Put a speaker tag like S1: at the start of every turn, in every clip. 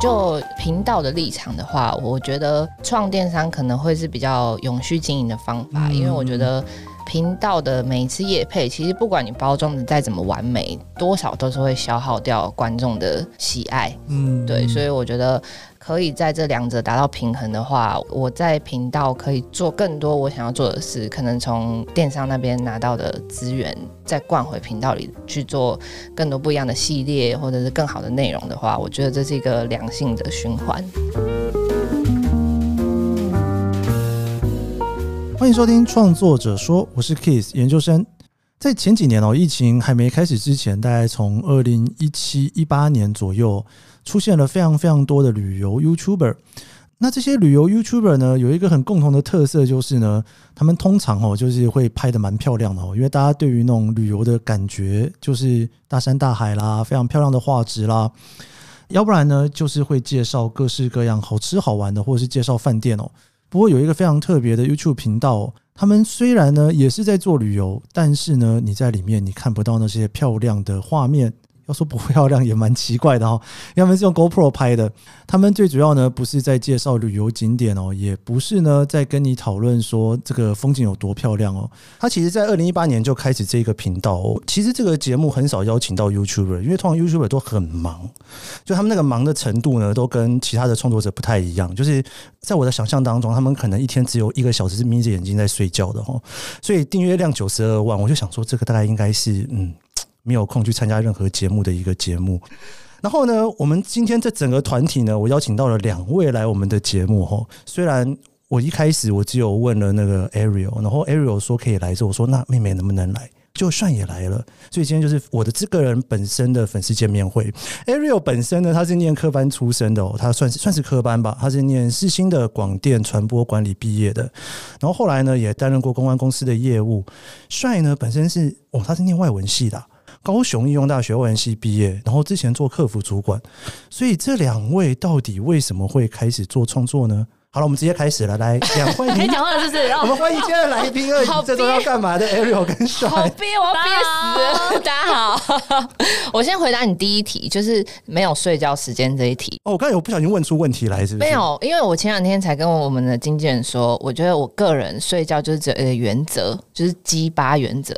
S1: 就频道的立场的话，我觉得创电商可能会是比较永续经营的方法，因为我觉得。频道的每一次夜配，其实不管你包装的再怎么完美，多少都是会消耗掉观众的喜爱。
S2: 嗯
S1: 对，所以我觉得可以在这两者达到平衡的话，我在频道可以做更多我想要做的事，可能从电商那边拿到的资源，再灌回频道里去做更多不一样的系列，或者是更好的内容的话，我觉得这是一个良性的循环。
S2: 欢迎收听《创作者说》，我是 Kiss 研究生。在前几年哦，疫情还没开始之前，大概从二零一七一八年左右，出现了非常非常多的旅游 YouTuber。那这些旅游 YouTuber 呢，有一个很共同的特色，就是呢，他们通常哦，就是会拍的蛮漂亮的哦，因为大家对于那种旅游的感觉，就是大山大海啦，非常漂亮的画质啦。要不然呢，就是会介绍各式各样好吃好玩的，或者是介绍饭店哦。不过有一个非常特别的 YouTube 频道哦、他们虽然呢也是在做旅游，但是呢你在里面你看不到那些漂亮的画面。要说不漂亮也蛮奇怪的哦， 因为他们是用 GoPro 拍的。他们最主要呢不是在介绍旅游景点哦，也不是呢在跟你讨论说这个风景有多漂亮哦。
S3: 他其实，在二零一八年就开始这个频道、哦。其实这个节目很少邀请到 YouTuber，因为通常 YouTuber 都很忙，就他们那个忙的程度呢，都跟其他的创作者不太一样。就是在我的想象当中，他们可能一天只有一个小时是眯着眼睛在睡觉的哦。所以订阅量九十二万，我就想说，这个大概应该是嗯，没有空去参加任何节目的一个节目。然后呢，我们今天这整个团体呢，我邀请到了两位来我们的节目哦。虽然我一开始我只有问了那个 Ariel，然后 Ariel 说可以来之后，我说那妹妹能不能来？就算也来了，所以今天就是我的这个人本身的粉丝见面会。Ariel 本身呢，他是念科班出身的哦，他算是算是科班吧，他是念世新的广电传播管理毕业的，然后后来呢也担任过公关公司的业务。帅呢本身是哦，他是念外文系的啊、高雄应用大学外文系毕业，然后之前做客服主管，所以这两位到底为什么会开始做创作呢？好了，我们直接开始了，来，两位
S4: 可以讲话了是不是？
S3: 我
S4: 哦，
S3: 们欢迎今天的来宾二
S1: 好
S3: 姨，这周要干嘛的 Ariel 跟
S1: 好
S3: 帅。
S1: 憋，我要憋死 了！大家好， 我先回答你第一题，就是没有睡觉时间这一题。
S3: 哦，我刚才有不小心问出问题来，是不是？
S1: 没，有，因为我前两天才跟我们的经纪人说，我觉得我个人睡觉就是这个原则，就是鸡巴原则，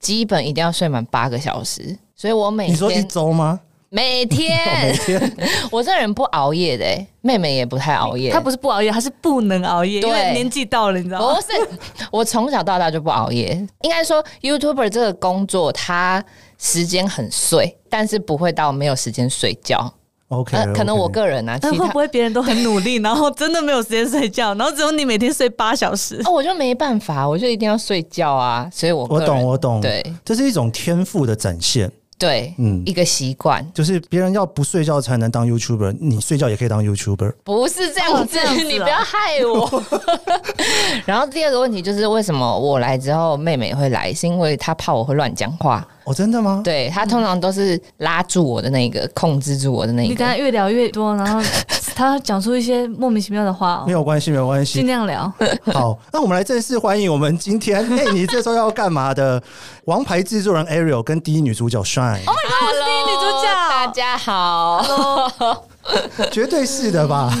S1: 基本一定要睡满八个小时。所以我每
S3: 你说一
S1: 天
S3: 周吗？
S1: 每
S3: 哦，每
S1: 天，
S3: 天
S1: 我这人不熬夜的、欸，妹妹也不太熬夜。
S4: 他不是不熬夜，他是不能熬夜，因
S1: 对哦
S4: 为年纪到了，你知道吗
S1: 不？是，我从小到大就不熬夜。应该说，YouTuber 这个工作，它时间很碎，但是不会到没有时间睡觉。
S3: OK，
S1: 呃，可能
S3: OK
S1: 我个人啊，
S4: 但
S1: 其
S4: 会
S1: 他
S4: 不会别人都很努力，然后真的没有时间睡觉，然后只有你每天睡八小时？
S1: 哦，我就没办法，我就一定要睡觉啊。所以我
S3: 我
S1: 个人
S3: 懂，我懂，，
S1: 对
S3: 这是一种天赋的展现，
S1: 对，
S3: 嗯，
S1: 一个习惯，
S3: 就是别人要不睡觉才能当 YouTuber，你睡觉也可以当 YouTuber。
S1: 不是这样子，
S4: 哦这样子啊
S1: 你不要害我。 然后第二个问题就是，为什么我来之后妹妹会来？是因为她怕我会乱讲话，
S3: 哦，真的吗？
S1: 对她通常都是拉住我的那个，控制住我的那
S4: 你跟他
S1: 个。
S4: 越聊越多，然后 他讲出一些莫名其妙的话、
S3: 没
S1: 嗯
S4: 哦，
S3: 有关系，没有关系
S4: 尽。量聊。
S3: 好，那我们来正式欢迎我们今天， 哎、你这周要干嘛的？王牌制作人 Ariel 跟第一女主角 Shine，、
S1: 哦
S4: 我是第一女主角
S1: 大家好。
S3: 绝对是 的吧？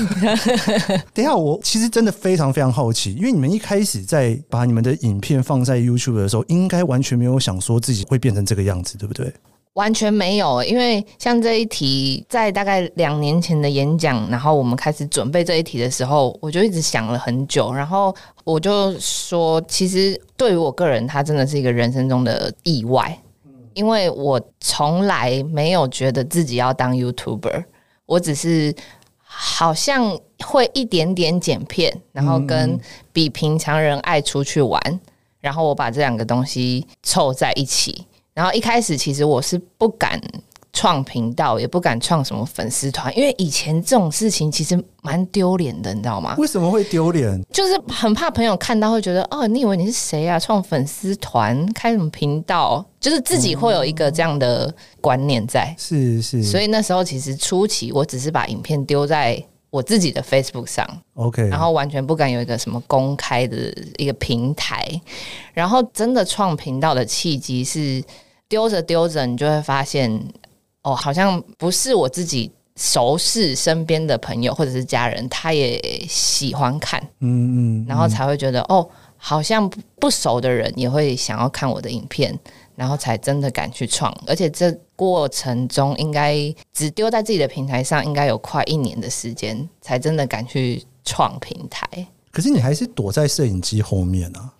S3: 等一下，我其实真的非常非常好奇，因为你们一开始在把你们的影片放在 YouTube 的时候，应该完全没有想说自己会变成这个样子，对不对？
S1: 完全没有，因为像这一题，在大概两年前的演讲，然后我们开始准备这一题的时候，我就一直想了很久，然后我就说，其实对于我个人，它真的是一个人生中的意外，因为我从来没有觉得自己要当 YouTuber，我只是好像会一点点剪片，然后跟比平常人爱出去玩，然后我把这两个东西凑在一起。然后一开始其实我是不敢创频道，也不敢创什么粉丝团，因为以前这种事情其实蛮丢脸的，你知道吗？
S3: 为什么会丢脸？
S1: 就是很怕朋友看到会觉得，哦，你以为你是谁啊？创粉丝团，开什么频道？就是自己会有一个这样的观念在。
S3: 是是，
S1: 所
S3: 以
S1: 以那时候其实初期，我只是把影片丢在我自己的 Facebook 上，
S3: OK，
S1: 然后完全不敢有一个什么公开的一个平台。然后真的创频道的契机是丢着丢着，你就会发现哦，好像不是我自己熟视身边的朋友或者是家人，他也喜欢看，
S3: 嗯嗯，
S1: 然后才会觉得、哦，好像不不熟的人也会想要看我的影片，然后才真的敢去创。而且这过程中，应该只丢在自己的平台上，应该有快一年的时间，才真的敢去创平台。
S3: 可是你还是躲在摄影机后面啊，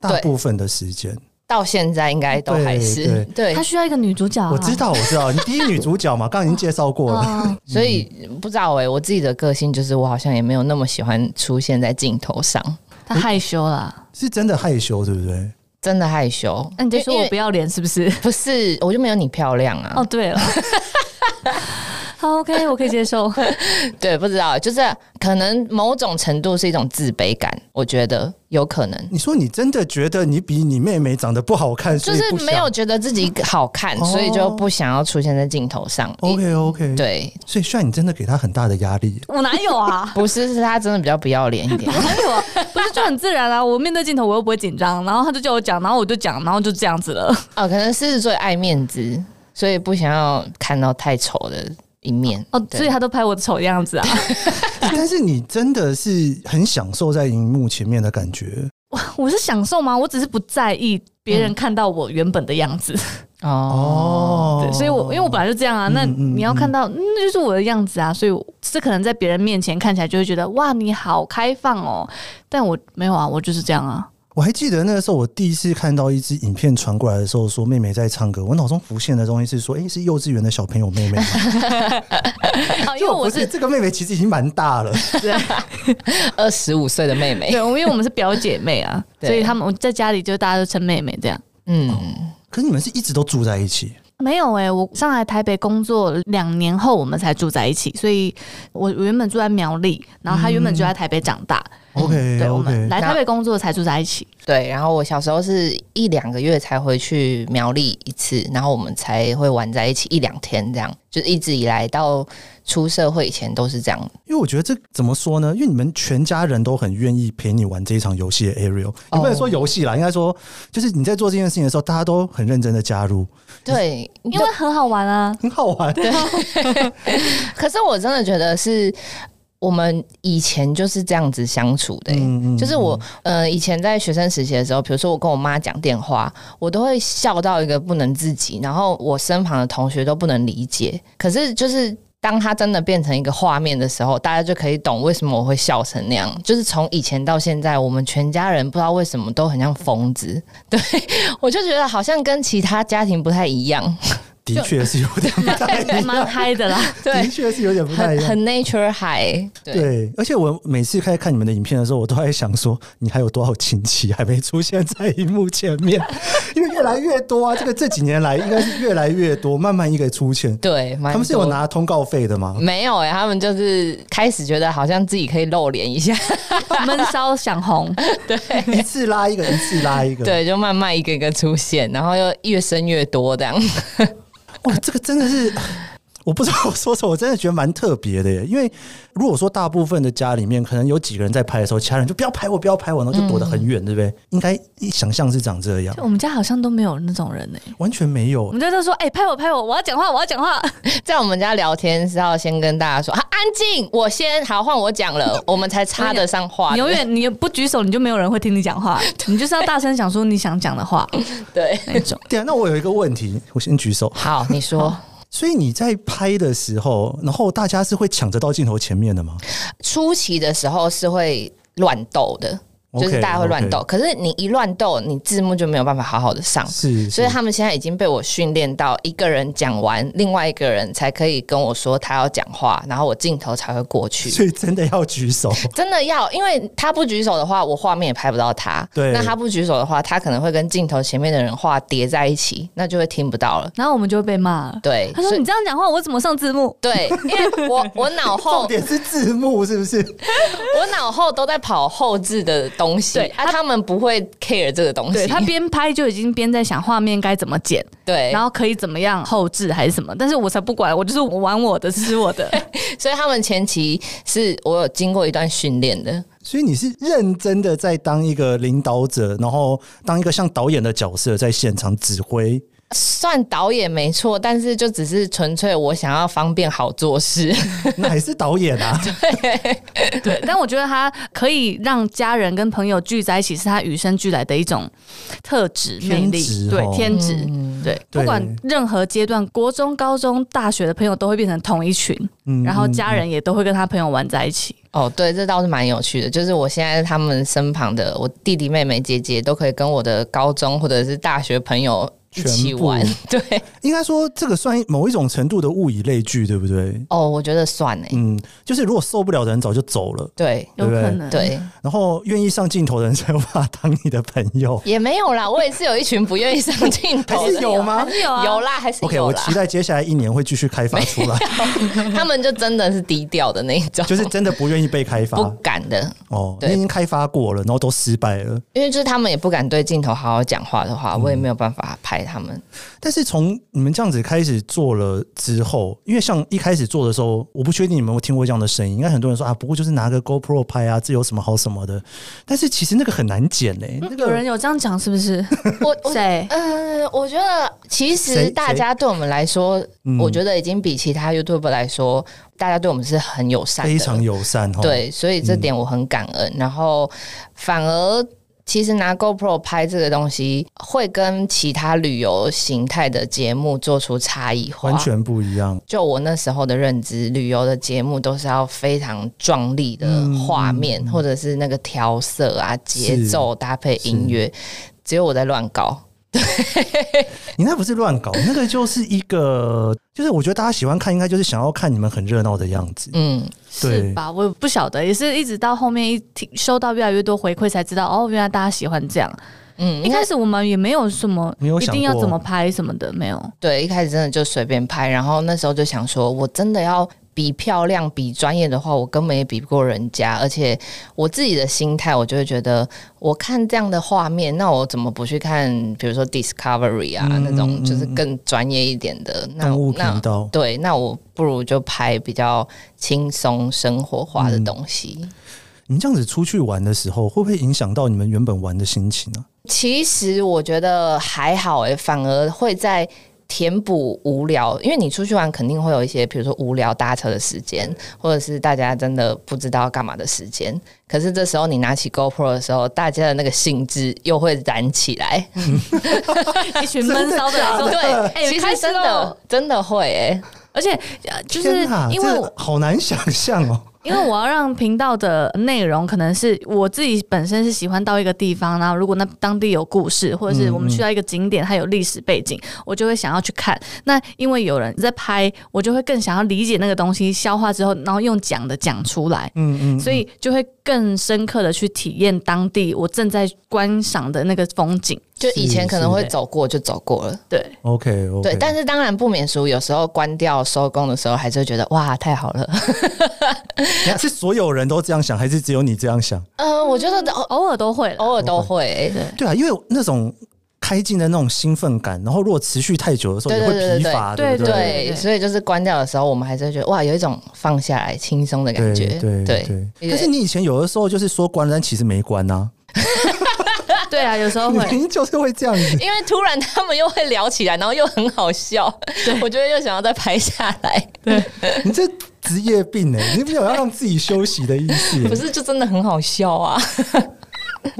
S3: 大
S1: 对
S3: 部分的时间。
S1: 到现在应该都还是对
S4: 他需要一个女主角、啊，
S3: 我知道，我知道，你第一女主 角嘛，刚刚已经介绍过了。
S4: 啊，
S1: 所以不知道哎、我自己的个性就是我好像也没有那么喜欢出现在镜头上，
S4: 他害羞啦。
S3: 是真的害羞，对不对？
S1: 真的害羞。
S4: 那你就说
S1: 因为嗯
S4: 我不要脸是不是？
S1: 不是，我就没有你漂亮啊。
S4: 哦，对 了，好 OK，我可以接受。
S1: 对，不知道，就是可能某种程度是一种自卑感，我觉得有可能。
S3: 你说你真的觉得你比你妹妹长得不好看，
S1: 就
S3: 所以
S1: 是
S3: 不想
S1: 没有觉得自己好看，
S3: 哦
S1: 所以就不想要出现在镜头上。
S3: OK OK，，
S1: 对，
S3: 所以虽然你真的给她很大的 压力，
S4: 我哪有啊？
S1: 不是，是他真的比较不要脸一点。
S4: 哪有啊？不是就很自然啊？我面对镜头我又不会紧张，然后他就叫我讲，然后我就讲，然后就这样子了。
S1: 哦，可能狮子座也爱面子，所以不想要看到太丑的一面。
S4: 哦，
S1: 对
S4: 所以他都拍我丑样子啊。
S3: 但是你真的是很享受在荧幕前面的感觉。
S4: 我是享受吗？我只是不在意别人看到我原本的样子，
S1: 哦，
S4: 对，所以我因为我本来就这样啊，那
S3: 嗯嗯
S4: 你要看到，嗯，那就是我的样子啊，所以我这可能在别人面前看起来就会觉得哇，你好开放哦，但我没有啊，我就是这样啊，
S3: 我还记得那个时候，我第一次看到一支影片传过来的时候，说妹妹在唱歌，我脑中浮现的东西是说，诶，是幼稚园的小朋友妹妹吗，
S4: 啊 因为我
S3: 不
S4: 是
S3: 这个妹妹其实已经蛮大 了，
S1: 二十五岁的妹妹，
S4: 对，我因为我们是表姐妹 啊，
S1: 对
S4: 所以他们我在家里就大家都称妹妹这样。
S1: 嗯，
S3: 可是你们是一直都住在一起，
S4: 没有诶、我上来台北工作两年后，我们才住在一起，所以我我原本住在苗栗，然后他原本就在台北长大，
S3: OK
S4: 嗯对，我们
S3: OK，
S4: 来台北工作才住在一起。
S1: 对。然后我小时候是一两个月才回去苗栗一次，然后我们才会玩在一起一两天，这样就一直以来到出社会以前都是这样。
S3: 因为我觉得这怎么说呢？因为你们全家人都很愿意陪你玩这一场游戏的 Ariel，
S1: 哦
S3: 也不能说游戏啦，应该说就是你在做这件事情的时候，大家都很认真的加入，
S1: 对，
S4: 因为很好玩啊。
S3: 很好玩。
S1: 可是我真的觉得是我们以前就是这样子相处的欸、
S3: 嗯
S1: 就是我，呃，以前在学生时期的时候，比如说我跟我妈讲电话，我都会笑到一个不能自己，然后我身旁的同学都不能理解。可是就是当它真的变成一个画面的时候，大家就可以懂为什么我会笑成那样。就是从以前到现在，我们全家人不知道为什么都很像疯子， 对我就觉得好像跟其他家庭不太一样，
S3: 的确是有点不太一
S4: 蛮
S3: 样，
S4: 嗨的啦，
S3: 的，确是有点不太一
S1: 很
S3: 样。
S1: 很 nature high，对。
S3: 对，而且我每次开始看你们的影片的时候，我都在想说，你还有多少亲戚还没出现在荧幕前 面？因为越来越多啊，这个这几年来应该是越来越多，慢慢一个出现。
S1: 对，蛮
S3: 他们是有
S1: 多
S3: 拿通告费的吗？
S1: 没有哎、他们就是开始觉得好像自己可以露脸一下，
S4: 闷骚想红，
S3: 一次拉一个，一次拉一个。
S1: 对，就慢慢一个一个出现，然后又越生越多这样。
S3: 哇，这个真的是。我不知道我说什么，我真的觉得蛮特别的耶。因为如果说大部分的家里面，可能有几个人在拍的时候，其他人就不要拍我，不要拍我，然后就躲得很远，对不对？应该一想象是长这样，
S1: 嗯
S4: 我们家好像都没有那种人呢、
S3: 完全没有
S4: 我。们家都说，哎、拍我拍我，我要讲话，我要讲话。
S1: 在我们家聊天是要先跟大家说啊，安静，我先好换我讲了，我们才插得上话。
S4: 你永远你不举手，你就没有人会听你讲话，你就是要大声讲出你想讲的 话
S1: 对，
S4: 那种。
S3: 对啊，那我有一个问题，我先举手。
S1: 好，你说
S3: 所以你在拍的时候，然后大家是会抢着到镜头前面的吗
S1: 初期的时候是会乱斗的。就是大家会乱斗可
S3: OK，OK
S1: 是你一乱斗，你字幕就没有办法好好的上，
S3: 是，
S1: 所以
S3: 是
S1: 他们现在已经被我训练到，一个人讲完，另外一个人才可以跟我说他要讲话，然后我镜头才会过去。
S3: 所以真的要举手。
S1: 真的要，因为他不举手的话，我画面也拍不到他。
S3: 对
S1: 那他不举手的话，他可能会跟镜头前面的人话叠在一起，那就会听不到了。
S4: 然后我们就会被骂了。
S1: 对，
S4: 他说
S1: 所以
S4: 你这样讲话，我怎么上字幕？
S1: 对，因为 我我脑
S3: 重
S1: 后
S3: 点是字幕是不是？
S1: 我脑后都在跑后置的东西，
S4: 对
S1: 啊，他们不会 care 这个东西，
S4: 对他边拍就已经边在想画面该怎么剪，
S1: 对，
S4: 然后可以怎么样后置还是什么，但是我才不管，我就是我玩我的，吃我的。
S1: 所以他们前期是我有经过一段训练的，
S3: 所以你是认真的在当一个领导者，然后当一个像导演的角色，在现场指挥
S1: 算导演没错，但是就只是纯粹我想要方便好做事。
S3: 那还是导演啊，
S4: 对，但我觉得他可以让家人跟朋友聚在一起，是他与生俱来的一种特质魅
S3: 天职
S4: 力，对
S3: 哦
S4: 天职。
S1: 嗯
S4: 对，
S3: 对
S4: 不管任何阶段，国中、高中、大学的朋友都会变成同一群，
S3: 嗯
S4: 然后家人也都会跟他朋友玩在一起。
S1: 哦，对，这倒是蛮有趣的。就是我现在他们身旁的我弟弟、妹妹、姐姐都可以跟我的高中或者是大学朋友一起玩
S3: 全。
S1: 对，
S3: 嗯应该说这个算某一种程度的物以类聚，对不对？
S1: 哦，我觉得算哎、
S3: 嗯，就是如果受不了的人早就走了，
S1: 对
S4: 有可能，
S1: 对，
S3: 然后愿意上镜头的人才有办法当你的朋友。
S1: 也没有啦。我也是有一群不愿意上镜哦头的，
S3: 还是有吗
S4: 还是有啊
S1: 有啦，还是
S3: OK，
S1: 有
S3: 我
S1: 啦。
S3: 期待接下来一年会继续开发出来，
S1: 他们就真的是低调的那一种，
S3: 就是真的不愿意被开发
S1: 不敢的，
S3: 哦。
S1: 对
S3: 你已经开发过了，然后都失败了。
S1: 因为就是他们也不敢对镜头好好讲话的话，
S3: 嗯
S1: 我也没有办法拍他们。
S3: 但是从你们这样子开始做了之后，因为像一开始做的时候，我不确定你们有没有听过这样的声音，应该很多人说啊，不过就是拿个 GoPro 拍啊，这有什么好什么
S1: 嗯
S3: 的。但是其实那个很难剪诶、那个
S4: 有人有这样讲是不是？
S1: 我我
S4: 谁？
S1: 呃，我觉得其
S3: 谁
S1: 实大家对我们来说，
S3: 嗯
S1: 我觉得已经比其他 YouTube 来说，大家对我们是很友善的，
S3: 非常友嗯善哦。，
S1: 对，所以这点我很感恩。然后反而其实拿 GoPro 拍这个东西，会跟其他旅游形态的节目做出差异化。
S3: 完全不一样。
S1: 就我那时候的认知，旅游的节目都是要非常壮丽的
S3: 嗯
S1: 画面，或者是那个调色啊、节奏搭配音乐，只有我在乱搞。
S3: 你那不是乱搞，那个就是一个，就是我觉得大家喜欢看，应该就是想要看你们很热闹的样子。
S1: 嗯，
S3: 对
S4: 是吧？我也不晓得，也是一直到后面一听收到越来越多回馈，才知道哦，原来大家喜欢这样。
S1: 嗯，
S4: 一
S1: 应该
S4: 开始我们也没有什么，
S3: 没有
S4: 一
S3: 想
S4: 定要
S3: 过
S4: 怎么拍什么的，没有。
S1: 对，一开始真的就随便拍，然后那时候就想说，我真的要比漂亮、比专业的话，我根本也比不过人家，而且我自己的心态，我就会觉得，我看这样的画面，那我怎么不去看，比如说 Discovery 啊、那种，就是更专业一点的那
S3: 动物频
S1: 那
S3: 道，
S1: 对，那我不如就拍比较轻松生活化的东西。
S3: 你们这样子出去玩的时候，会不会影响到你们原本玩的心情啊呢、
S1: 其实我觉得还好诶、反而会在填补无聊，因为你出去玩肯定会有一些，比如说无聊搭车的时间，或者是大家真的不知道干嘛的时间。可是这时候你拿起 GoPro 的时候，大家的那个兴致又会燃起来。
S4: 一群闷骚的人说，
S1: 对，
S4: 哎，
S1: 其
S4: 开
S1: 实
S4: 始
S1: 真
S4: 喽
S1: 的真的会欸诶、
S4: 而且呃就是
S3: 天哪
S4: 因为
S3: 这
S4: 我
S3: 好难想象哦。
S4: 因为我要让频道的内容可能是我自己本身是喜欢到一个地方，然后如果那当地有故事，或者是我们去到一个景点，它有历史背景，我就会想要去看。那因为有人在拍，我就会更想要理解那个东西，消化之后，然后用讲的讲出来，
S3: 嗯嗯，
S4: 所以就会更深刻的去体验当地我正在观赏的那个风景。
S1: 就以前可能会
S4: 是
S1: 走过就走过了，
S4: 对，
S3: OK OK，
S1: 对。但是当然不免俗，有时候关掉收工的时候，还是会觉得哇，太好了。
S3: 等一下是所有人都这样想，还是只有你这样想？
S1: 嗯，我觉得偶
S4: 偶尔都会了。
S1: 偶尔都会欸、
S3: 对啊，因为那种开镜的那种兴奋感，然后如果持续太久的时候，
S1: 对
S3: 也
S1: 对
S3: 会疲
S1: 对对
S3: 乏，
S4: 对
S3: 不
S4: 对
S3: 对？
S1: 对，所以就是关掉的时候，我们还是会觉得哇，有一种放下来、轻松的感觉。
S3: 对对。但是你以前有的时候就是说关了，但其实没关呐、
S4: 对啊，有时 候
S3: 啊，你
S4: 会
S3: 明明就是会这 样子。
S1: 因为突然他们又会聊起来，然后又很好 笑，我觉得又想要再拍下来。
S3: 你这职业病哎、你没有要让自己休息的意思、
S1: 不是，就真的很好笑啊！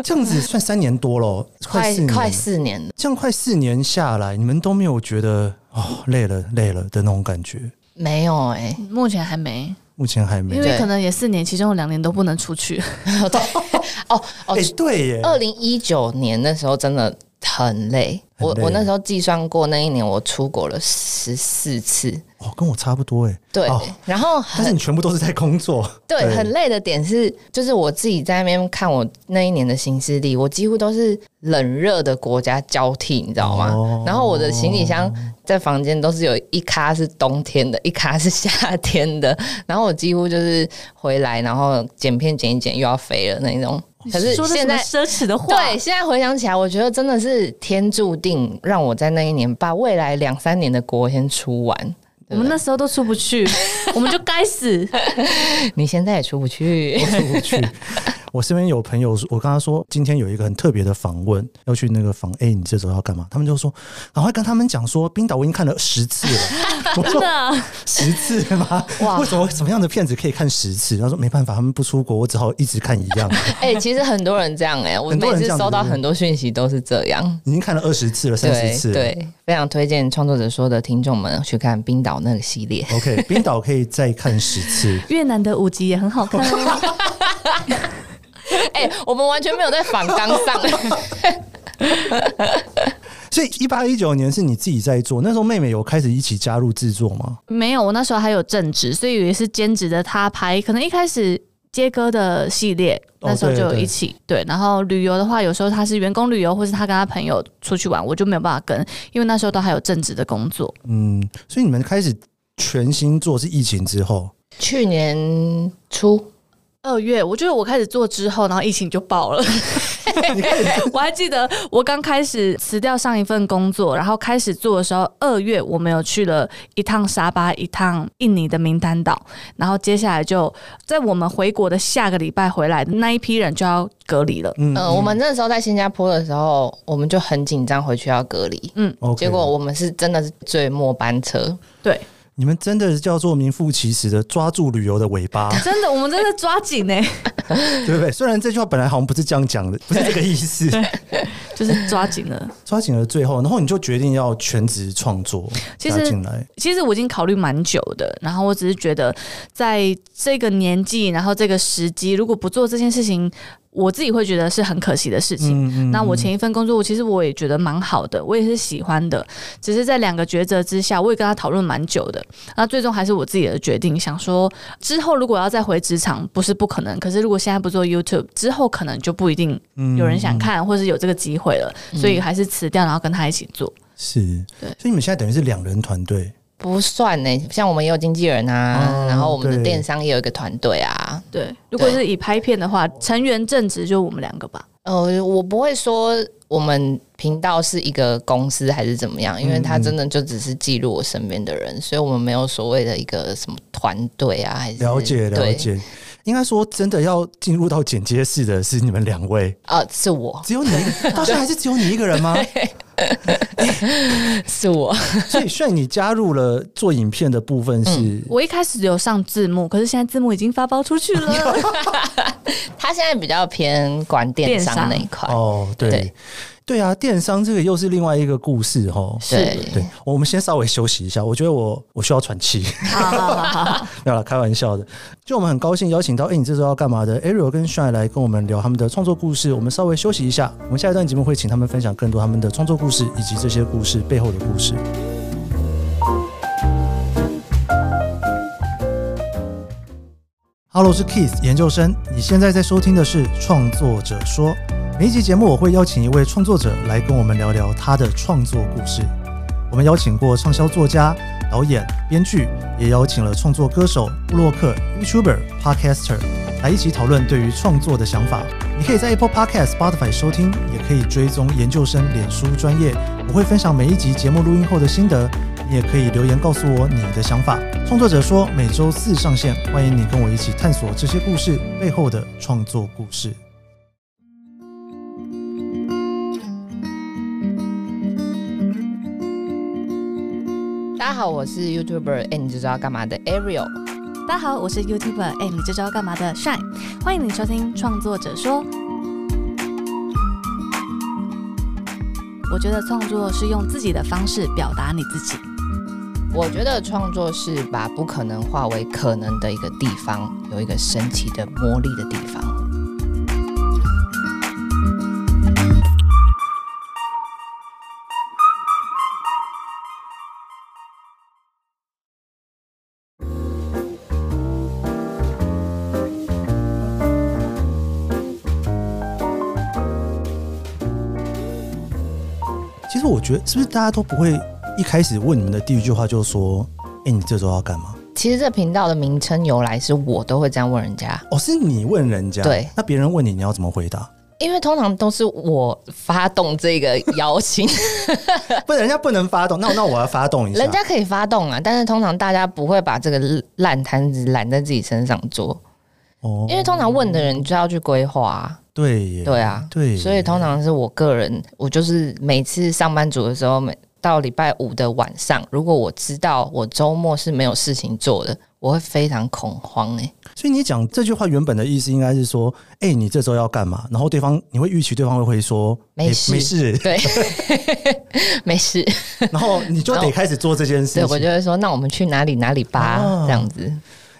S3: 这样子算三年多了，哦快
S1: 快
S3: 四年
S1: 快
S3: 了，
S1: 四年了，
S3: 这样快四年下来，你们都没有觉得哦累了累了的那种感觉，
S1: 没有哎、
S4: 目前还没，
S3: 目前还没
S4: 因
S3: 有。
S4: 为可能也四年，其中有两年都不能出去。
S1: 哦哦
S3: 哎、，对耶，
S1: 二零一九年那时候真的很累，
S3: 很
S1: 我
S3: 累
S1: 我那时候计算过，那一年我出国了十四次。
S3: 哦，跟我差不多哎。
S1: 对，
S3: 哦
S1: 然后
S3: 但是
S1: 很
S3: 你全部都是在工作，
S1: 对，很累的点是，就是我自己在那边看我那一年的行事历，我几乎都是冷热的国家交替，你知道吗？
S3: 哦
S1: 然后我的行李箱在房间都是有一咖是冬天的，一咖是夏天的， 然后我几乎就是回来，然后剪片剪一剪又要飞了那一种。可是
S4: 说的什
S1: 现
S4: 么
S1: 在
S4: 奢侈的话，
S1: 对，现在回想起来，我觉得真的是天注定让我在那一年把未来两三年的国先出完。
S4: 我们那时候都出不 去，我们就该死。
S1: 你现在也出不去，
S3: 出不去。我身边有朋友，我跟他说今天有一个很特别的访问，要去那个访，哎、你这周要干嘛？他们就说，赶快跟他们讲说，冰岛我已经看了十次了。 我
S4: 真
S3: 说
S4: 的，
S3: 十次吗？
S1: 哇
S3: 为什么什么样的片子可以看十次？他说没办法，他们不出国，我只好一直看一 样。
S1: 哎、其实很多人这样哎、我
S3: 很多
S1: 每
S3: 人
S1: 次
S3: 这样子
S1: 收到
S3: 对不对
S1: 很多讯息都是这样。
S3: 已经看了二十次了，三
S1: 对
S3: 十次了。
S1: 对，非常推荐创作者说的听众们去看冰岛那个系列。
S3: OK，冰岛可以再看十次。
S4: 越南的五集也很好看哦。
S1: 哎、我们完全没有在反纲上。
S3: 所以一八一九年是你自己在做，那时候妹妹有开始一起加入制作吗？
S4: 没有，我那时候还有正职，所以也是兼职的。他拍，可能一开始接歌的系列，
S3: 哦
S4: 那时候就有
S3: 对
S4: 一起、对然后旅游的话，有时候他是员工旅游，或是他跟他朋友出去玩，我就没有办法跟，因为那时候都还有正职的工作。
S3: 嗯，所以你们开始全新做是疫情之后，
S1: 去年初，
S4: 二月，我觉得我开始做之后，然后疫情就爆了。 我还记得我刚开始辞掉上一份工作，然后开始做的时候，二月我们有去了一趟沙巴，一趟印尼的名丹岛，然后接下来就在我们回国的下个礼拜回来的那一批人就要隔离了。
S3: 嗯，
S1: 呃，我们那时候在新加坡的时候，我们就很紧张，回去要隔离。
S3: OK
S1: 结果我们是真的是最末班车，
S4: 对，
S3: 你们真的叫做名副其实的抓住旅游的尾 巴，
S4: 真的，我们真的抓紧欸呢、
S3: 对不对？虽然这句话本来好像不是这样讲的，不是这个意思。
S4: 就是抓紧了。
S3: 抓紧了最后，然后你就决定要全职创作，
S4: 其
S3: 加
S4: 实
S3: 进来。
S4: 其实我已经考虑蛮久的，然后我只是觉得，在这个年纪，然后这个时机，如果不做这件事情，我自己会觉得是很可惜的事情。
S3: 嗯
S4: 那我前一份工作，我其实我也觉得蛮好的，我也是喜欢的，只是在两个抉择之下，我也跟他讨论蛮久的。那最终还是我自己的决定，想说之后如果要再回职场，不是不可能，可是如果现在不做 YouTube，之后可能就不一定
S3: 嗯
S4: 有人想看，或是有这个机会了，所以还是辞掉，然后跟他一起做。
S3: 是，
S4: 对
S3: 所以你们现在等于是两人团队，
S1: 不算呢、像我们也有经纪人啊，
S3: 哦
S1: 然后我们的
S3: 对
S1: 电商也有一个团队啊。
S4: 对，如果是以拍片的话，成员正职就我们两个吧。
S1: 呃，我不会说我们频道是一个公司还是怎么样，因
S3: 嗯
S1: 为它真的就只是记录我身边的人，所以我们没有所谓的一个什么团队啊，还是
S3: 了解了
S1: 对。
S3: 解。应该说，真的要进入到剪接室的是你们两位，
S1: 呃，是我，
S3: 只有你一个，到现在还是只有你一个人吗？
S1: 是我，
S3: 所以炫，你加入了做影片的部分是，
S4: 我一开始有上字幕，可是现在字幕已经发包出去了。
S1: 他现在比较偏管电商那一块。
S3: 哦，对
S1: 对
S3: 对啊，电商这个又是另外一个故事哦。
S1: 对，
S3: 对，我们先稍微休息一下，我觉得我我需要喘气。
S4: 好好好好好，
S3: 没有啦，开玩笑的。就我们很高兴邀请到，哎、你这周要干嘛的？Ariel 跟 Shine 来跟我们聊他们的创作故事。我们稍微休息一下，我们下一段节目会请他们分享更多他们的创作故事，以及这些故事背后的故事。
S2: Hello，我是 Keith 研究生，你现在在收听的是《创作者说》。每一集节目我会邀请一位创作者来跟我们聊聊他的创作故事。我们邀请过畅销作家、导演、编剧，也邀请了创作歌手、布洛克、YouTuber、Podcaster 来一起讨论对于创作的想法。你可以在 Apple Podcast、Spotify 收听，也可以追踪研究生脸书专业。我会分享每一集节目录音后的心得，你也可以留言告诉我你的想法。创作者说每周四上线，欢迎你跟我一起探索这些故事背后的创作故事。
S1: 大家好，我是 YouTuber，哎、你就知道干嘛的 Ariel。
S4: 大家好，我是 YouTuber，哎、你这周干嘛的？Shine，欢迎你收听《创作者说》。我觉得创作是用自己的方式表达你自己。
S1: 我觉得创作是把不可能化为可能的一个地方，有一个神奇的魔力的地方。
S3: 其实我觉得，是不是大家都不会一开始问你们的第一句话就说，哎、你这周要干嘛？
S1: 其实这频道的名称由来是我都会这样问人家，
S3: 哦，是你问人家，
S1: 对，
S3: 那别人问你，你要怎么回答？
S1: 因为通常都是我发动这个邀请，
S3: 不，人家不能发动，那那我要发动一下。
S1: 人家可以发动啊，但是通常大家不会把这个烂摊子揽在自己身上做。
S3: 哦
S1: 因为通常问的人就要去规划、啊，
S3: 对耶，
S1: 对啊
S3: 哦对耶，
S1: 所以通常是我个人，我就是每次上班族的时候，每到礼拜五的晚上，如果我知道我周末是没有事情做的，我会非常恐慌哎、
S3: 所以你讲这句话原本的意思应该是说，哎、你这周要干嘛？然后对方你会预期对方会回说
S1: 没
S3: 哎
S1: 事
S3: 没事，
S1: 对，没事，
S3: 然后你就得开始做这件事
S1: 对我
S3: 情。
S1: 就会说，那我们去哪里哪里吧，
S3: 啊
S1: 这样子。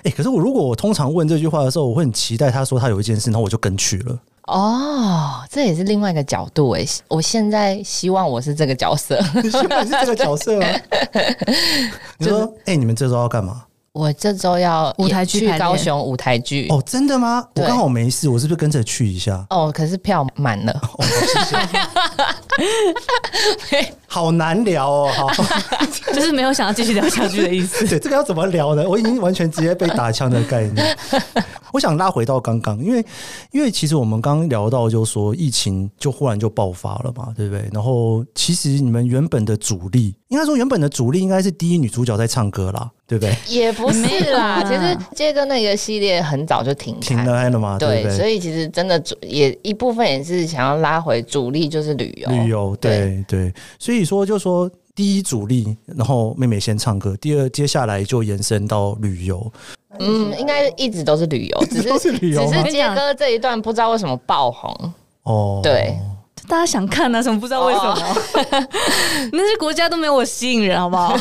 S3: 哎、可是我如果我通常问这句话的时候，我会很期待他说他有一件事，然后我就跟去 了。
S1: 哦，这也是另外一个角度哎、我现在希望我是这个角色，
S3: 你原本是这个角色 啊。你说，哎、你们这周要干嘛？
S1: 我这周要
S4: 舞台剧
S1: 去
S4: 排练
S1: 高雄舞台剧
S3: 哦，真的吗？我
S1: 对
S3: 刚好没事，我是不是跟着去一下？
S1: 哦，可是票满了。
S3: 哦，谢谢。好难聊哦，好，
S4: 就是没有想要继续聊下去的意 思。
S3: 对，这个要怎么聊呢？我已经完全直接被打枪的概 念。我想拉回到刚刚，因为因为其实我们刚刚聊到，就是说疫情就忽然就爆发了嘛，对不对？然后其实你们原本的主力，应该说原本的主力应该是第一女主角在唱歌啦，对 不对？
S1: 也不是啦，
S4: 没
S1: 其
S4: 有啦
S1: 实接着那个系列很早就停
S3: 停
S1: 刊
S3: 了安了嘛，对
S1: 对，
S3: 不
S1: 所
S3: 对？
S1: 以其实真的主也一部分也是想要拉回主力，就是旅游。
S3: 旅游，对对，所以说就说。第一主力，然后妹妹先唱歌。第二，接下来就延伸到旅游，
S1: 嗯，应该一直都是旅游，只是
S3: 都是旅游
S1: 只
S3: 吗
S1: 是？杰哥这一段不知道为什么爆红。
S3: 哦，
S1: 对，
S4: 大家想看啊，什么不知道为什么？哦 那些国家都没有我吸引人，好不好？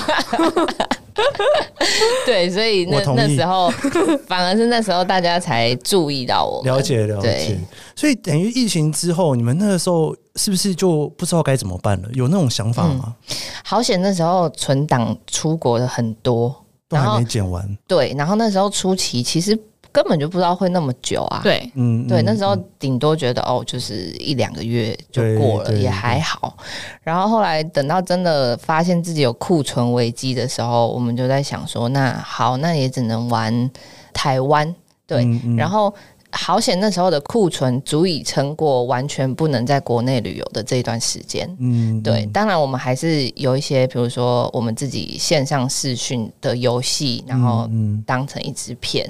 S1: 对，所以那
S3: 我同意
S1: 那时候 反而是那时候大家才注意到 我们。
S3: 了解了解
S1: 对。
S3: 所以等于疫情之后，你们那个时候是不是就不知道该怎么办了？有那种想
S1: 嗯
S3: 法吗？
S1: 好险那时候存档出国的很多，
S3: 都还
S1: 然后
S3: 没剪完，
S1: 对，然后那时候初期其实根本就不知道会那么久啊。
S4: 对，
S3: 嗯，
S1: 对，
S3: 嗯
S1: 那时候
S3: 嗯
S1: 顶多觉得哦，就是一两个月就过了，
S3: 对对
S1: 也还好。然后后来等到真的发现自己有库存危机的时候，我们就在想说，那好，那也只能玩台湾。对，
S3: 嗯嗯
S1: 然后好险那时候的库存足以撑过完全不能在国内旅游的这一段时间。
S3: 嗯，
S1: 对，
S3: 嗯
S1: 当然我们还是有一些，比如说我们自己线上视讯的游戏，然后
S3: 嗯
S1: 当成一支片。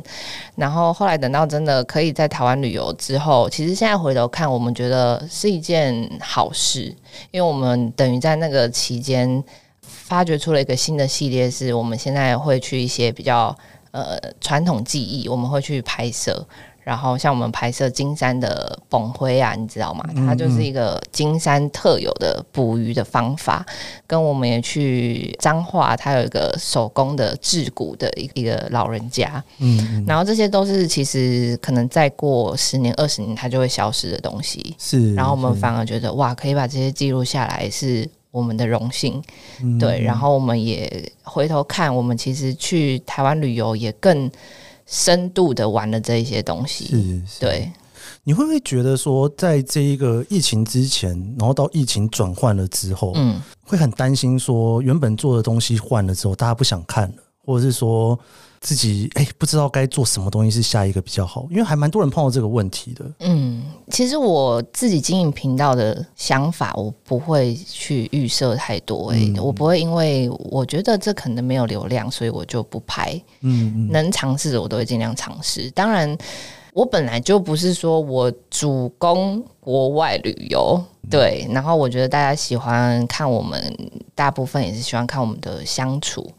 S1: 然后后来等到真的可以在台湾旅游之后，其实现在回头看，我们觉得是一件好事，因为我们等于在那个期间发掘出了一个新的系列，是我们现在会去一些比较呃传统技艺，我们会去拍摄。然后像我们拍摄金山的崩灰啊，你知道吗？它就是一个金山特有的捕鱼的方法，跟我们也去彰化，它有一个手工的制骨的一一个老人家，
S3: 嗯嗯嗯
S1: 然后这些都是其实可能再过十年二十年它就会消失的东西，
S3: 是，
S1: 然后我们
S3: 是
S1: 反而觉得哇，可以把这些记录下来是我们的荣幸，
S3: 嗯
S1: 对。然后我们也回头看，我们其实去台湾旅游也更深度的玩了这一些东西，
S3: 是是，
S1: 对。
S3: 你会不会觉得说，在这一个疫情之前，然后到疫情转换了之后，
S1: 嗯，
S3: 会很担心说原本做的东西换了之后，大家不想看了，或者是说自己哎、不知道该做什么东西是下一个比较好，因为还蛮多人碰到这个问题的。
S1: 嗯，其实我自己经营频道的想法，我不会去预设太多、欸。
S3: 嗯
S1: 我不会因为我觉得这可能没有流量，所以我就不拍。
S3: 嗯嗯，
S1: 能尝试的我都会尽量尝试。当然，我本来就不是说我主攻国外旅游，
S3: 嗯
S1: 对。然后我觉得大家喜欢看我们，大部分也是喜欢看我们的相处，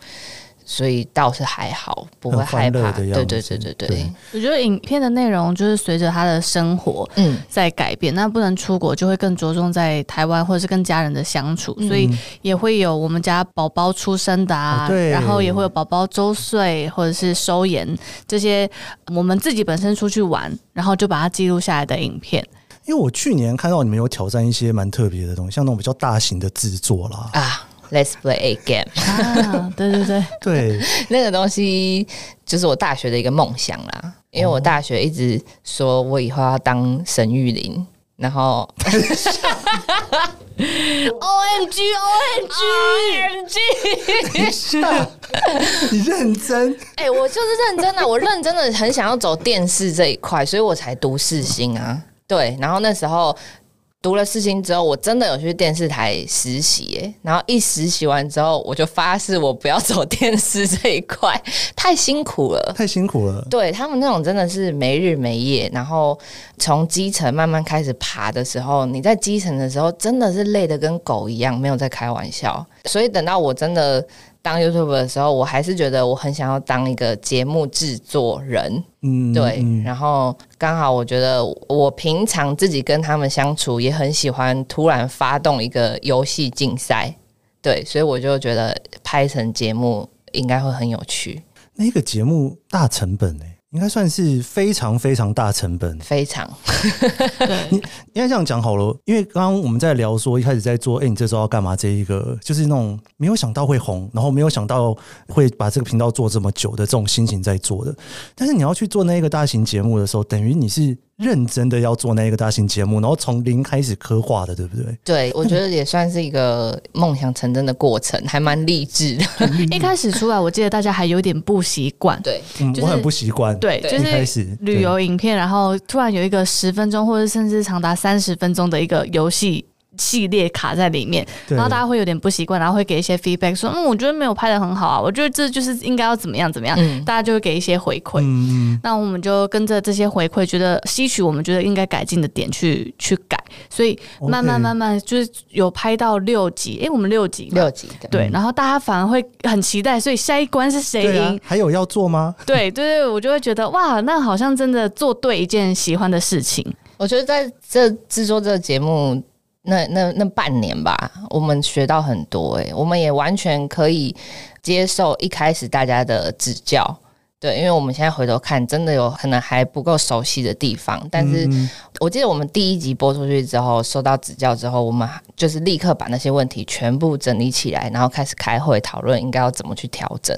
S1: 所以倒是还好，不会
S3: 很欢
S1: 害
S3: 乐
S1: 怕。
S3: 的
S1: 对
S3: 样
S1: 对
S3: 子
S1: 对对对
S3: 对，
S4: 我觉得影片的内容就是随着他的生活
S1: 嗯。
S4: 在改变，那不能出国就会更着重在台湾或者是跟家人的相处，所以也会有我们家宝宝出生的啊，
S3: 哦对
S4: 然后也会有宝宝周岁或者是收颜这些，我们自己本身出去玩，然后就把它记录下来的影片。
S3: 因为我去年看到你们有挑战一些蛮特别的东西，像那种比较大型的制作 啦，
S1: 啊，Let's play a game，
S4: 啊，对对对，
S3: 对，
S1: 那个东西就是我大学的一个梦想啦，因为我大学一直说我以后要当沈玉琳，然 后 O M G O M G O M G，
S3: 你认真，
S1: 哎，我就是认真的，我认真的啊很想要走电视这一块，所以我才读世新啊，对，然后那时候。读了世新之后，我真的有去电视台实习耶。然后一实习完之后，我就发誓我不要走电视这一块，太辛苦了。
S3: 太辛苦了。
S1: 对他们那种真的是没日没夜，然后从基层慢慢开始爬的时候，你在基层的时候真的是累得跟狗一样，没有在开玩笑。所以等到我真的当 YouTube 的时候，我还是觉得我很想要当一个节目制作人，
S3: 嗯，
S1: 对。
S3: 嗯
S1: 然后刚好我觉得我平常自己跟他们相处也很喜欢突然发动一个游戏竞赛，对，所以我就觉得拍成节目应该会很有趣，
S3: 那个节目大成本呢、应该算是非常非常大成本。
S1: 非常。
S4: 对，
S3: 应该这样讲好了，因为刚刚我们在聊说一开始在做，哎、你这周要干嘛？这一个就是那种没有想到会红，然后没有想到会把这个频道做这么久的这种心情在做的。但是你要去做那一个大型节目的时候，等于你是认真的要做那一个大型节目，然后从零开始刻画的，对不对？
S1: 对，我觉得也算是一个梦想成真的过程，还蛮励志的。
S4: 一开始出来，我记得大家还有点不习惯，
S1: 对，
S3: 嗯，
S4: 就是
S3: 我很不习惯。
S4: 对，就
S3: 一开
S4: 是。
S3: 始
S4: 旅游影片，然后突然有一个十分钟，或者甚至长达三十分钟的一个游戏系列卡在里面，
S3: 对
S4: 然后大家会有点不习惯，然后会给一些 feedback 说，嗯，我觉得没有拍的很好啊，我觉得这就是应该要怎么样怎么样，
S1: 嗯
S4: 大家就会给一些回馈。
S3: 嗯，嗯
S4: 那我们就跟着这些回馈，觉得吸取我们觉得应该改进的点去去改，所以慢慢
S3: 嗯 OK
S4: 慢慢就是有拍到六集，诶，我们六集嘛
S1: 六级的，
S4: 对，然后大家反而会很期待，所以下一关是谁
S3: 对啊
S4: 赢？，
S3: 还有要做吗？
S4: 对对 对，我就会觉得哇，那好像真的做对一件喜欢的事情。
S1: 我觉得在这制作这个节目那那那半年吧，我们学到很多、欸，我们也完全可以接受一开始大家的指教。对，因为我们现在回头看，真的有可能还不够熟悉的地方，但是
S3: 嗯
S1: 我记得我们第一集播出去之后，收到指教之后，我们就是立刻把那些问题全部整理起来，然后开始开会讨论应该要怎么去调整。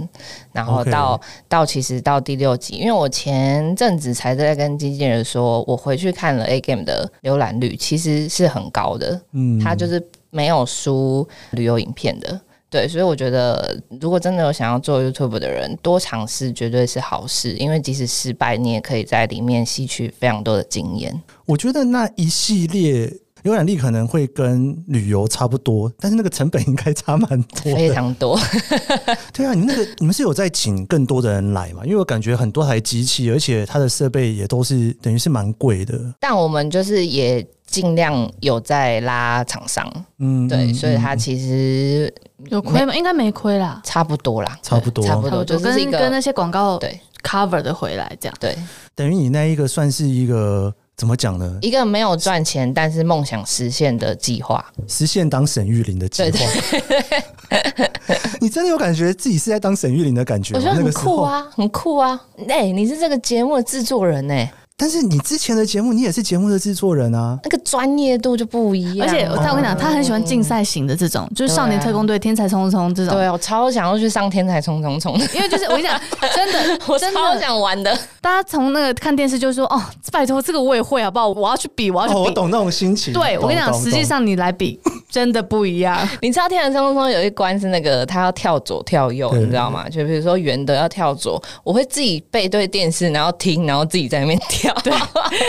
S1: 然后
S3: OK
S1: 到到其实到第六集，因为我前阵子才在跟经纪人说，我回去看了 A Game 的浏览率，其实是很高的，
S3: 嗯
S1: 它就是没有输旅游影片的。对，所以我觉得，如果真的有想要做 YouTube 的人，多尝试绝对是好事，因为即使失败，你也可以在里面吸取非常多的经验。
S3: 我觉得那一系列浏览力可能会跟旅游差不多，但是那个成本应该差蛮多
S1: 非
S3: 的。
S1: 常多，
S3: 对啊，你们那个你们是有在请更多的人来嘛？因为我感觉很多台机器，而且它的设备也都是等于是蛮贵的。
S1: 但我们就是也尽量有在拉厂商，
S3: 嗯，
S1: 对，
S3: 嗯
S1: 所以它
S3: 嗯
S1: 其实
S4: 有亏吗？应该没亏啦，
S1: 差不多啦，
S3: 差不多
S1: 对差不多，就
S4: 跟
S1: 是一
S4: 跟那
S1: 个
S4: 些广告
S1: 对
S4: cover 的回来这样。
S1: 对
S3: 等于你那一个算是一个怎么讲呢？
S1: 一个没有赚钱，但是梦想实现的计划。
S3: 实现当沈玉玲的计划。
S1: 对
S3: 你真的有感觉自己是在当沈玉玲的感觉
S1: 我
S3: 吗？
S1: 觉得
S3: 那
S1: 很
S3: 个时
S1: 酷
S3: 候，
S1: 啊，很酷啊！哎、你是这个节目的制作人哎、
S3: 但是你之前的节目，你也是节目的制作人啊。
S1: 那个专业度就不一样。啊嗯
S4: 而且，但我跟你讲，他很喜
S3: 哦
S4: 欢哦竞赛型的这种，就是《少年特工队》《天才冲冲冲》这种，
S1: 嗯对我超想要去上天才冲冲冲的，
S4: 因为就是我跟你 讲，真的，
S1: 我
S4: 真
S1: 超
S4: 的，
S1: 想玩的。
S4: 大家从那个看电视就说，哦，拜托，这个我也会好不好？我要去比，我要去
S3: 哦，我
S4: 比。
S3: 懂那种心情。
S4: 对，我跟你讲，
S3: 懂
S4: 实际。
S3: 懂
S4: 上你来比，真的不一 样。
S1: 你知道天然冲冲冲有一关是那个他要跳左跳右，
S3: 对
S1: 你知道吗？就比如说圆的要跳左，我会自己背对电视，然后听，然后自己在那边跳。 对，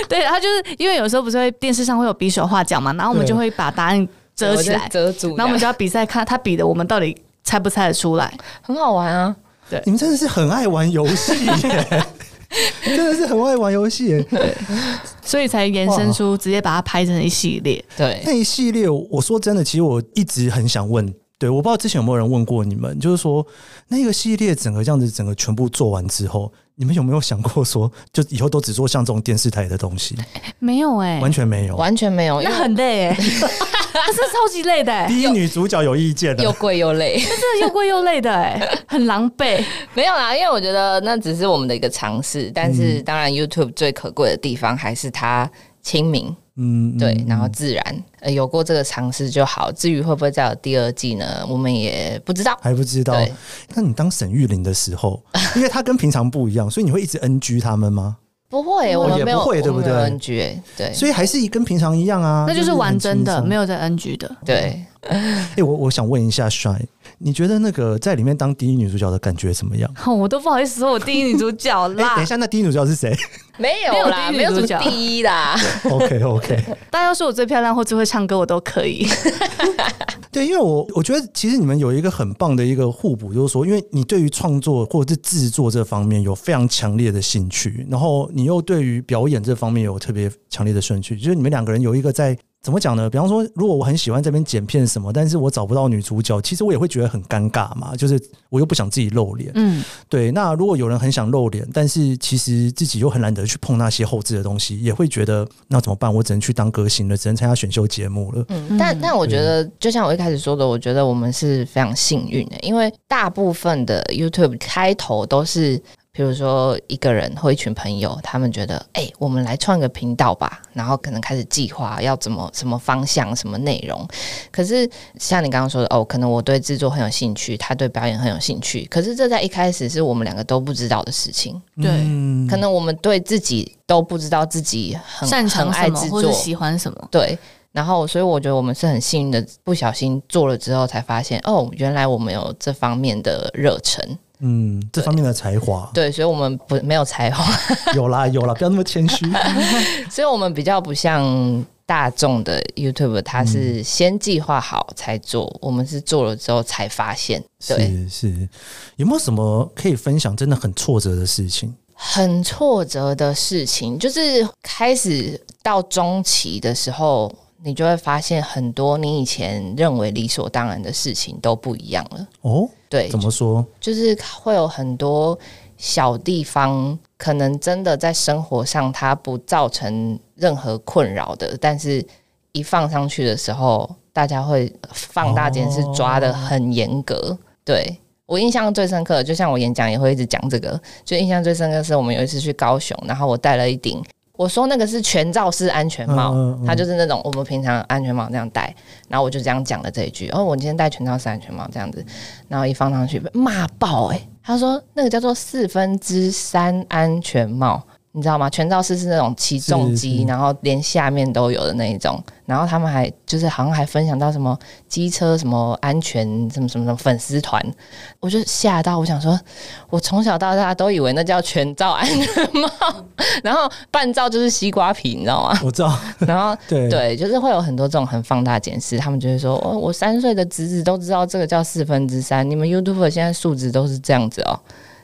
S4: 对，他就是因为有时候不是会电视上会有比手画脚嘛，然后我们
S3: 对
S4: 就会把答案折起来，
S1: 遮住，
S4: 然后我们就要比赛看他比的我们到底猜不猜得出来。
S1: 很好玩啊。
S3: 你们真的是很爱玩游戏耶，真的是很爱玩游戏耶。
S4: 所以才延伸出直接把它拍成一系列。
S1: 对
S3: 那，一系列，我说真的，其实我一直很想问，对，我不知道之前有没有人问过你们，就是说那个系列整个这样子，整个全部做完之后，你们有没有想过说，就以后都只做像这种电视台的东西？
S4: 没有哎、
S3: 完全没有。
S1: 完全没有，
S4: 那很累 哎、那是超级累的哎、
S3: 第一女主角有意见
S1: 又
S3: 了，
S1: 贵又累。
S4: 这又贵又累的 哎、很狼狈。
S1: 没有啦，因为我觉得那只是我们的一个尝试，但是当然 YouTube 最可贵的地方还是它亲民，
S3: 嗯，嗯
S1: 对，然后自然，呃，有过这个尝试就好。至于会不会再有第二季呢？我们也不知道。
S3: 还不知道
S1: 对。
S3: 那你当沈玉玲的时候，因为她跟平常不一样，所以你会一直 NG 他们吗？
S1: 不会，我
S3: 哦也
S1: 们没有，
S3: 不会对不
S1: 我们没有
S3: 对
S1: NG，欸对，
S3: 所以还是跟平常一样啊，
S4: 那就是玩真的，没
S3: 有。
S4: 有在 NG 的。
S1: 对，
S3: 哎、我我想问一下帅，你觉得那个在里面当第一女主角的感觉怎么样？
S4: 哦我都不好意思说我第一女主 角
S3: 哎、
S4: 啦
S3: 等一。下，那第一女主角是谁
S1: 没有啦，
S4: 没
S1: 没
S4: 有
S1: 有
S4: 第一女
S1: 什
S4: 主角
S1: 么第一啦。
S3: ？OK OK，
S4: 大家要说我最漂亮或最会唱歌，我都可以。
S3: 对，因为我我觉得其实你们有一个很棒的一个互补，就是说，因为你对于创作或者是制作这方面有非常强烈的兴趣，然后你又对于表演这方面有特别强烈的兴趣，就是你们两个人有一个在。怎么讲呢？比方说，如果我很喜欢这边剪片什么，但是我找不到女主角，其实我也会觉得很尴尬嘛。就是我又不想自己露脸，
S4: 嗯，
S3: 对。那如果有人很想露脸，但是其实自己又很懒得去碰那些后置的东西，也会觉得那怎么办？我只能去当歌星了，只能参加选秀节目了。
S1: 嗯，但但我觉得，就像我一开始说的，我觉得我们是非常幸运的，因为大部分的 YouTube 开头都是，比如说一个人或一群朋友，他们觉得，哎、我们来创一个频道吧，然后可能开始计划要怎么什么方向、什么内容。可是像你刚刚说的，哦，可能我对制作很有兴趣，他对表演很有兴趣，可是这在一开始是我们两个都不知道的事情，
S4: 对，
S3: 嗯
S1: 可能我们对自己都不知道自己很
S4: 擅
S1: 很
S4: 长
S1: 爱
S4: 什
S1: 制作
S4: 么或者喜欢什么，
S1: 对，然后所以我觉得我们是很幸运的，不小心做了之后才发现，哦，原来我们有这方面的热忱。
S3: 嗯，这
S1: 对
S3: 方面的才华
S1: 对，所以我们不没有才华，
S3: 有啦有啦，不要那么谦虚。
S1: 所以我们比较不像大众的 YouTube，他
S3: 嗯
S1: 是先计划好才做，我们是做了之后才发现。对，
S3: 是是，有没有什么可以分享真的很挫折的事情？
S1: 很挫折的事情，就是开始到中期的时候。你就会发现很多你以前认为理所当然的事情都不一样了。
S3: 哦，
S1: 对，
S3: 怎么说？
S1: 就是会有很多小地方，可能真的在生活上它不造成任何困扰的，但是一放上去的时候，大家会放大检视，抓的很严格。对我印象最深刻的，就像我演讲也会一直讲这个，就印象最深刻是我们有一次去高雄，然后我戴了一顶。我说那个是全罩式安全帽，
S3: 嗯嗯嗯
S1: 它就是那种我们平常安全帽那样戴，然后我就这样讲了这一句，哦，我今天戴全罩式安全帽这样子，然后一放上去被骂爆哎、欸他说那个叫做四分之三安全帽，你知道吗？全罩式是那种起重
S3: 是
S1: 机，
S3: 是
S1: 然后连下面都有的那一种，然后他们还就是好像还分享到什么机车什么安全什么什么什么粉丝团，我就吓到，我想说，我从小到大都以为那叫全罩安全帽， 然后半罩就是西瓜皮，你知道吗？
S3: 我知道，
S1: 然后
S3: 对
S1: 对，就是会有很多这种很放大检视，他们就会说，哦，我三岁的侄子都知道这个叫四分之三，你们 YouTube 现在数值都是这样子哦，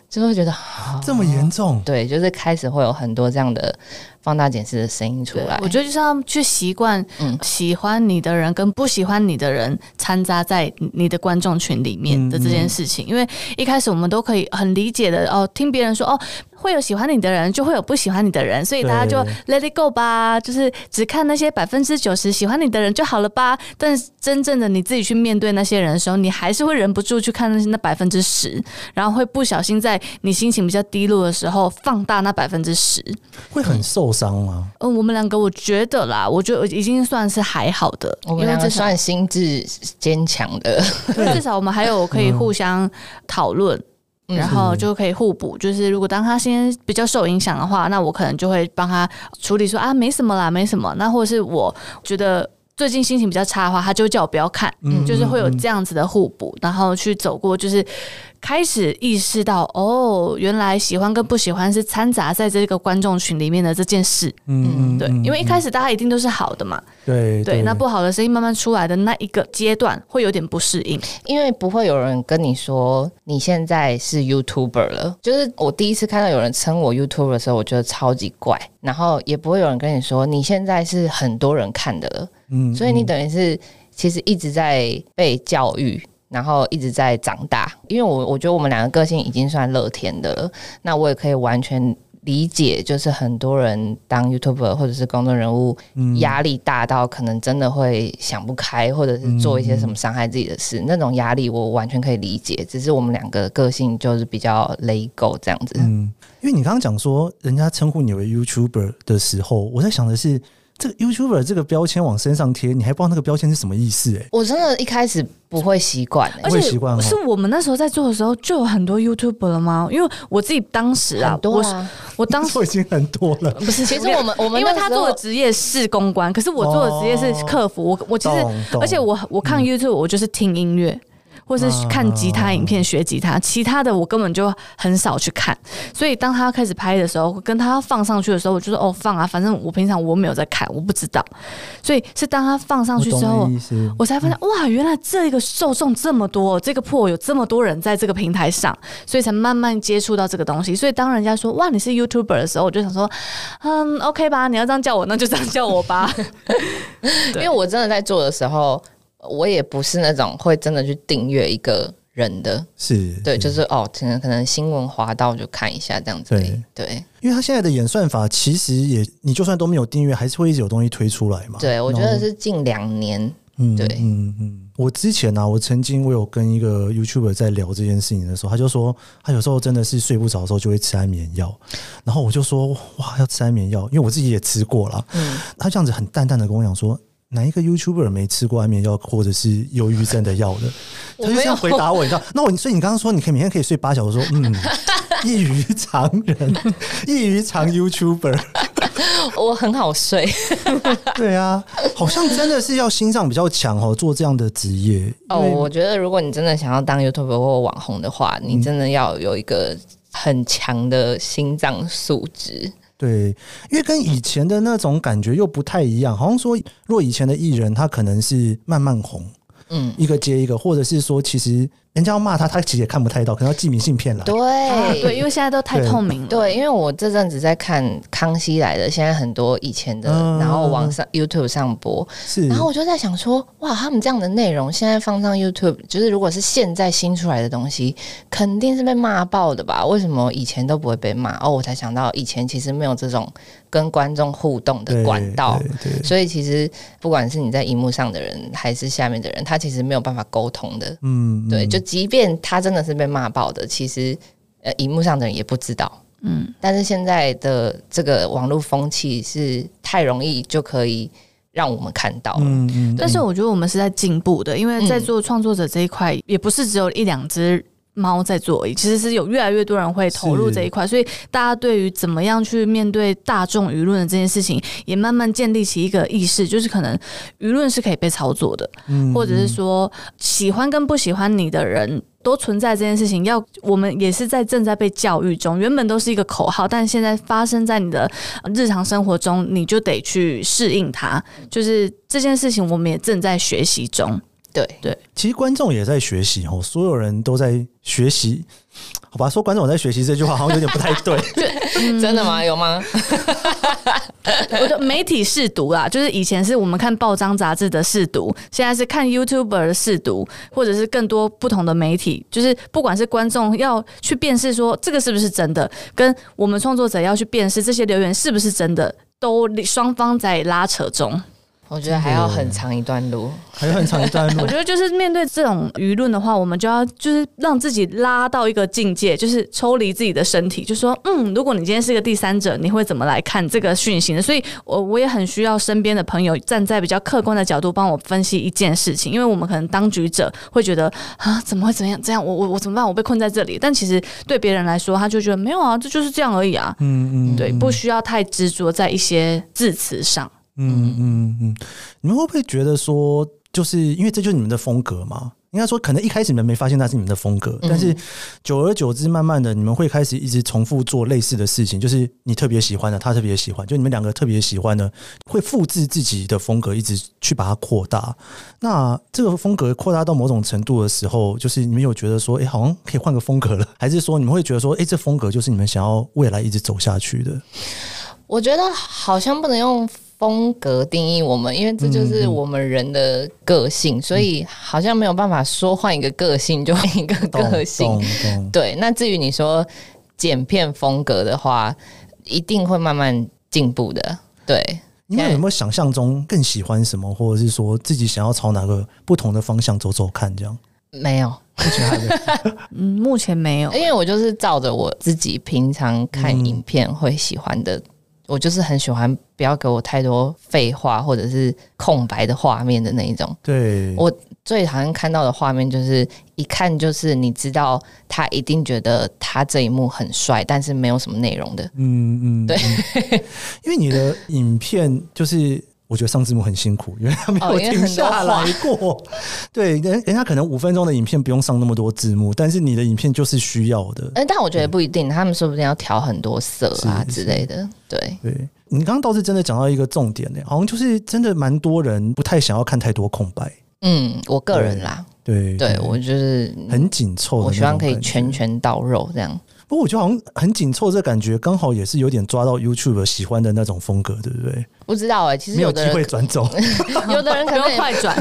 S1: 就会觉得啊
S3: 这么严重，
S1: 对，就是开始会有很多这样的放大检视的声音出
S4: 对
S1: 来
S4: 我。觉得就是要去习惯
S1: 嗯
S4: 喜欢你的人跟不喜欢你的人掺杂在你的观众群里面的这件事情，因为一开始我们都可以很理解的哦，听别人说哦。会有喜欢你的人，就会有不喜欢你的人，所以大家就 let it go 吧，就是只看那些百分之九十喜欢你的人就好了吧。但是真正的你自己去面对那些人的时候，你还是会忍不住去看那些那百分之十，然后会不小心在你心情比较低落的时候放大那百分之十。
S3: 会很受伤吗？
S4: 嗯，我们两个我觉得啦，我觉得已经算是还好的，
S1: 我们
S4: 因为
S1: 两个
S4: 至少
S1: 算心智坚强的，
S4: 因为至少我们还有可以互相讨论。
S1: 嗯
S4: 然后就可以互补，就是如果当他先比较受影响的话，那我可能就会帮他处理说啊，没什么啦，没什么。那或者是我觉得最近心情比较差的话，他就会叫我不要看，
S3: 嗯
S4: 就是会有这样子的互补，然后去走过，就是开始意识到哦，原来喜欢跟不喜欢是掺杂在这个观众群里面的这件事。
S3: 嗯，
S4: 对，因为一开
S3: 始
S4: 始大家一定都是好的嘛，
S3: 对
S4: 对，那不好的声音慢慢出来的那一个阶段，会有点不适应。
S1: 因为不会有人跟你说你现在是 YouTuber 了。就是我第一次看到有人称我 YouTuber 的时候，我觉得超级怪。然后也不会有人跟你说你现在是很多人看的了，
S3: 嗯
S1: 所以你等于是其实一直在被教育。然后一直在长大，因为我我觉得我们两个个性已经算乐天的了，那我也可以完全理解，就是很多人当 YouTuber 或者是公众人物，
S3: 嗯
S1: 压力大到可能真的会想不开，或者
S3: 嗯
S1: 是做一些什么伤害自己的事，那种压力我完全可以理解。只是我们两个个性就是比较 lay go 这样子。
S3: 嗯，因为你刚刚讲说人家称呼你为 YouTuber 的时候，我在想的是。这个 YouTuber 这个标签往身上贴，你还不知道那个标签是什么意思哎、
S1: 我真的一开始不会习惯、欸
S4: 而
S3: 会
S4: 且
S3: 习惯吗
S4: 是我们那时候在做的时候，就有很多 YouTube 了吗？因为我自己当时啊
S1: 很，多
S4: 我
S1: 啊。
S4: 我当时
S3: 做已经很多了，
S4: 不是，
S1: 其实我们 我们
S4: 因为
S1: 那
S4: 他
S1: 时候
S4: 做的职业是公关，可是我做的职业是客服，我我其实
S3: 哦懂懂嗯
S4: 而且我我看 YouTube 我就是听音乐。或是看吉他影片学吉
S3: 啊
S4: 他，其他的我根本就很少去看。所以当他开始拍的时候，跟他放上去的时候，我就说哦放啊，反正我平常我没有在看，我不知道。所以是当他放上去之后
S3: 我懂你的，意思。
S4: 我才发现哇，原来这个受众这么多，这个破有这么多人在这个平台上，所以才慢慢接触到这个东西。所以当人家说哇你是 YouTuber 的时候，我就想说，嗯，OK 吧，你要这样叫我，那就这样叫我吧。
S1: 因
S4: 对
S1: 为我真的在做的时候，我也不是那种会真的去订阅一个人的，
S3: 是
S1: 对，就是哦，可能可能新闻滑到就看一下这样子而已，对
S3: 因为它现在的演算法其实也，你就算都没有订阅，还是会一直有东西推出来嘛。
S1: 对，我觉
S3: 然
S1: 得
S3: 后
S1: 是近两年，
S3: 嗯
S1: 对
S3: 嗯嗯。我之前呢、啊，我曾经我有跟一个 YouTuber 在聊这件事情的时候，他就说他有时候真的是睡不着的时候就会吃安眠药，然后我就说哇，要吃安眠药，因为我自己也吃过啦。
S1: 嗯，
S3: 他这样子很淡淡的跟我讲说。哪一个 YouTuber 没吃过安眠药或者是忧郁症的药的？他
S1: 我
S3: 就
S1: 没
S3: 这
S1: 有
S3: 样回答我， 你知道？那我所以你刚刚说你可以每天可以睡八小时，我说嗯，异于常 人，异于常 YouTuber，
S1: 我很好睡，
S3: 对啊，好像真的是要心脏比较强哦，做这样的职业
S1: 哦，
S3: 因为
S1: 我觉得如果你真的想要当 YouTube 或网红的话，你真的要有一个很强的心脏素质。
S3: 对，因为跟以前的那种感觉又不太一样，好像说，若以前的艺人，他可能是慢慢红，
S1: 嗯，
S3: 一个接一个，或者是说，其实人家要骂他，他其实也看不太到，可能要寄明信片了。
S1: 对、
S4: 啊对，因为现在都太
S3: 对
S4: 透明了。
S1: 哎对，因为我这阵子在看《康熙来了》，现在很多以前的，
S3: 嗯
S1: 然后网上 YouTube 上播，
S3: 是，
S1: 然后我就在想说，哇，他们这样的内容现在放上 YouTube，就是如果是现在新出来的东西，肯定是被骂爆的吧？为什么以前都不会被骂？哦，我才想到以前其实没有这种跟观众互动的
S3: 对
S1: 管道。
S3: 对对
S1: 所以其实不管是你在荧幕上的人，还是下面的人，他其实没有办法沟通的。
S3: 嗯，
S1: 对，
S3: 嗯
S1: 就即便他真的是被骂爆的，其实呃，荧幕上的人也不知道。
S4: 嗯，
S1: 但是现在的这个网络风气是太容易就可以让我们看到了。
S3: 嗯嗯，
S4: 但是我觉得我们是在进步的，因为在
S1: 嗯
S4: 做创作者这一块，也不是只有一两只。猫在做而已，其实是有越来越多人会投入
S3: 是
S4: 这一块，所以大家对于怎么样去面对大众舆论的这件事情，也慢慢建立起一个意识，就是可能舆论是可以被操作的，
S3: 嗯
S4: 或者是说喜欢跟不喜欢你的人都存在这件事情，要我们也是在正在被教育中。原本都是一个口号，但现在发生在你的呃日常生活中，你就得去适应它。就是这件事情，我们也正在学习中。
S1: 对，
S3: 嗯其实观众也在学习哦，所有人都在学习。好吧，说观众也在学习这句话好像有点不太对。
S1: 真的吗？有吗？
S4: 我觉得媒体试读啦，就是以前是我们看报章杂志的试读，现在是看 YouTuber 的试读，或者是更多不同的媒体，就是不管是观众要去辨识说这个是不是真的，跟我们创作者要去辨识这些留言是不是真的，都双方在拉扯中。
S1: 我觉得还要很长一段路。
S3: 还有很长一段路
S4: 我觉得就是面对这种舆论的话，我们就要就是让自己拉到一个境界，就是抽离自己的身体，就说嗯，如果你今天是个第三者，你会怎么来看这个讯息呢？所以我我也很需要身边的朋友站在比较客观的角度帮我分析一件事情，因为我们可能当局者会觉得啊，怎么会怎么样这样？我我我怎么办？我被困在这里。但其实对别人来说，他就觉得没有啊，这就是这样而已啊。
S3: 嗯嗯，
S4: 对，不需要太执着在一些字词上。
S3: 嗯嗯嗯，你们会不会觉得说，就是因为这就是你们的风格嘛？应该说，可能一开始你们没发现那是你们的风格，
S1: 嗯
S3: 但是久而久之，慢慢的你们会开始一直重复做类似的事情，就是你特别喜欢的，他特别喜欢，就你们两个特别喜欢的，会复制自己的风格，一直去把它扩大。那这个风格扩大到某种程度的时候，就是你们有觉得说，哎、好像可以换个风格了， 还是说你们会觉得说，哎、这风格就是你们想要未来一直走下去的？
S1: 我觉得好像不能用风格定义我们，因为这就是我们人的个性，所以好像没有办法说换一个个性就换一个
S3: 懂
S1: 个性
S3: 懂。懂，
S1: 对，那至于你说剪片风格的话，一定会慢慢进步的。对，
S3: 你们有没有想象中更喜欢什么，或者是说自己想要朝哪个不同的方向走走看？这样，
S1: 没有，
S4: 嗯，目前没 有。
S1: 因为我就是照着我自己平常看
S3: 嗯
S1: 影片会喜欢的，我就是很喜欢不要给我太多废话或者是空白的画面的那一种。
S3: 对
S1: 我最讨厌看到的画面就是一看就是你知道他一定觉得他这一幕很帅，但是没有什么内容的。
S3: 嗯嗯，
S1: 对
S3: 嗯，因为你的影片就是。我觉得上字幕很辛苦，因为他没有
S1: 哦因为
S3: 停下来过。对，人人家可能五分钟的影片不用上那么多字幕，但是你的影片就是需要的。
S1: 哎、但我觉得不一定，他们说不定要调很多色啊
S3: 嗯是
S1: 之类的。对，
S3: 对你刚刚倒是真的讲到一个重点呢、好像就是真的蛮多人不太想要看太多空白。
S1: 嗯，我个人啦，
S3: 对，
S1: 对我就是
S3: 很紧凑的那种感觉。
S1: 我希望可以拳拳到肉这样。
S3: 不过我觉得好像很紧凑，这感觉刚好也是有点抓到 YouTube 喜欢的那种风格，对不对？
S1: 不知道哎、其实
S3: 没有
S1: 有
S3: 机
S1: 的
S3: 会
S1: 人，
S3: 转走。
S1: 有的人
S4: 不
S1: 可能
S4: 用
S1: 也，
S4: 快转，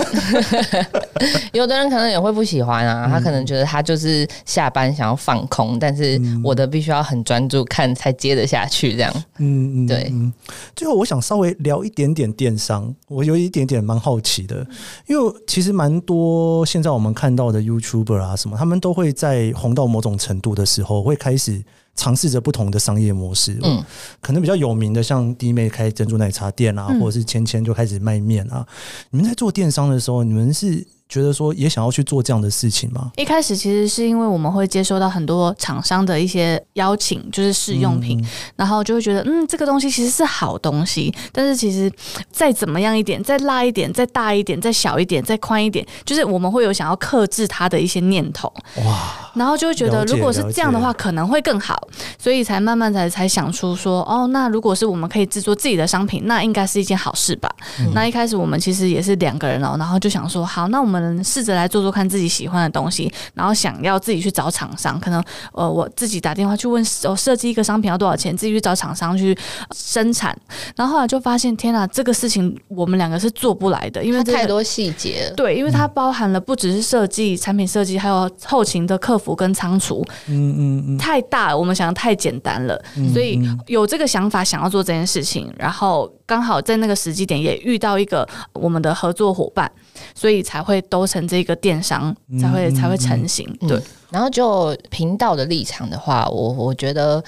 S1: 有的人可能也会不喜欢啊。他可能觉得他就是下班想要放空，但是我的必须要很专注看才接得下去这样。
S3: 嗯，嗯
S1: 对
S3: 嗯最后我想稍微聊一点点电商，我有一点点蛮好奇
S1: 嗯
S3: 的，因为其实蛮多现在我们看到的 YouTuber 啊什么，他们都会在红到某种程度的时候，会开始尝试着不同的商业模式。
S1: 嗯，
S3: 可能比较有名的，像弟妹开珍珠奶茶店啊，
S4: 嗯
S3: 或者是芊芊就开始卖面啊。你们在做电商的时候，你们是觉得说也想要去做这样的事情吗？
S4: 一开始其实是因为我们会接收到很多厂商的一些邀请，就是试用
S3: 嗯
S4: 品，然后就会觉得，嗯，这个东西其实是好东西，但是其实再怎么样一点，再辣一点，再大一点，再小一点，再宽一点，就是我们会有想要克制它的一些念头，
S3: 哇，
S4: 然后就会觉
S3: 了
S4: 得
S3: 解
S4: 如果是这样的
S3: 了
S4: 话，可能会更好，所以才慢慢才才想出说，哦，那如果是我们可以制作自己的商品，那应该是一件好事吧。
S3: 嗯
S4: 那一开始我们其实也是两个人哦，然后就想说，好，那我们试着来做做看自己喜欢的东西，然后想要自己去找厂商，可能呃我自己打电话去问，我、设计一个商品要多少钱，自己去找厂商去呃生产，然后后来就发现，天啊，这个事情我们两个是做不来的，因为
S1: 它
S4: 这个
S1: 太多细节了。
S4: 对，因为它包含了不只是设计、产品设计，还有后勤的客服跟仓储，
S3: 嗯嗯嗯，
S4: 太大了，我们想的太简单了，所以有这个想法想要做这件事情，然后刚好在那个时机点也遇到一个我们的合作伙伴，所以才会都成这个电商，才会才会成型。对
S1: 嗯，然后就频道的立场的话，我我觉得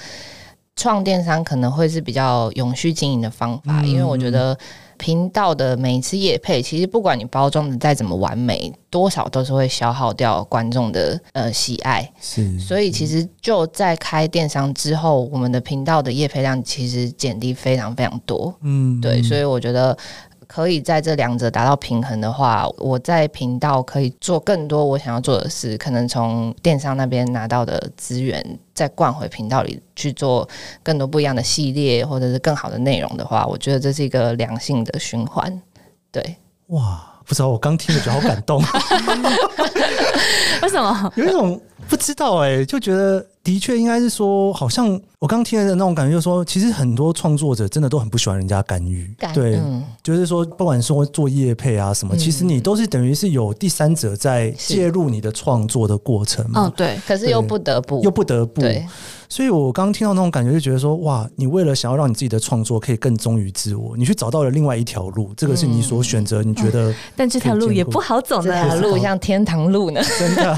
S1: 创电商可能会是比较永续经营的方法，因为我觉得频道的每一次业配，其实不管你包装的再怎么完美，多少都是会消耗掉观众的呃喜爱。
S3: 是
S1: 所以其实就在开电商之后，我们的频道的业配量其实减低非常非常多。
S3: 嗯
S1: 对，所以我觉得可以在这两者达到平衡的话，我在频道可以做更多我想要做的事，可能从电商那边拿到的资源，再灌回频道里去做更多不一样的系列，或者是更好的内容的话，我觉得这是一个良性的循环。对，
S3: 哇，不知道我刚听了觉得好 感动。
S4: 为 什么？
S3: 有一种不知道哎、就觉得的确应该是说，好像我刚听的那种感觉，就是说，其实很多创作者真的都很不喜欢人家干预，
S1: 感
S3: 对，
S1: 嗯，
S3: 就是说，不管说做业配啊什么，
S1: 嗯
S3: 其实你都是等于是有第三者在
S1: 是
S3: 介入你的创作的过程嘛，
S4: 嗯，对，
S1: 可是又
S3: 对
S1: 不得不
S3: 又不得不，
S1: 对，
S3: 所以我刚听到那种感觉，就觉得说，哇，你为了想要让你自己的创作可以更忠于自我，你去找到了另外一条路，这个是你所选择，你觉得
S4: 但这条路也不好走
S1: 这条
S4: 呢。
S1: 路像天堂路呢，
S3: 真的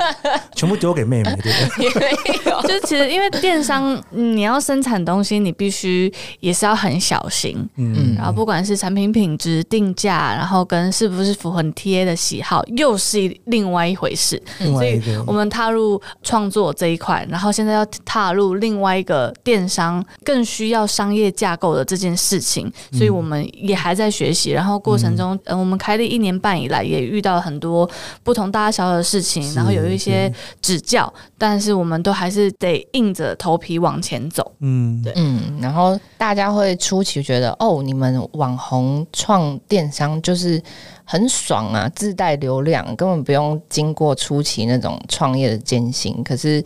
S3: 全部丢给妹妹，对不对？
S1: 也没有。
S4: 就是其实因为电商，嗯你要生产东西，你必须也是要很小心。
S1: 嗯
S4: 然后不管是产品品质、定价，然后跟是不是符合你 TA 的喜好，又是另外一回事。
S3: 另外一个
S4: 我们踏入创作这一块，然后现在要踏入另外一个电商，更需要商业架构的这件事情，所以我们也还在学习。然后过程中，呃，我们开立一年半以来，也遇到很多不同大大小小的事情，然后有一些指教，但是我们都还是得硬着头皮往前走。
S3: 嗯，
S4: 对
S1: 嗯，然后大家会初期觉得哦，你们网红创电商就是很爽啊，自带流量，根本不用经过初期那种创业的艰辛。可是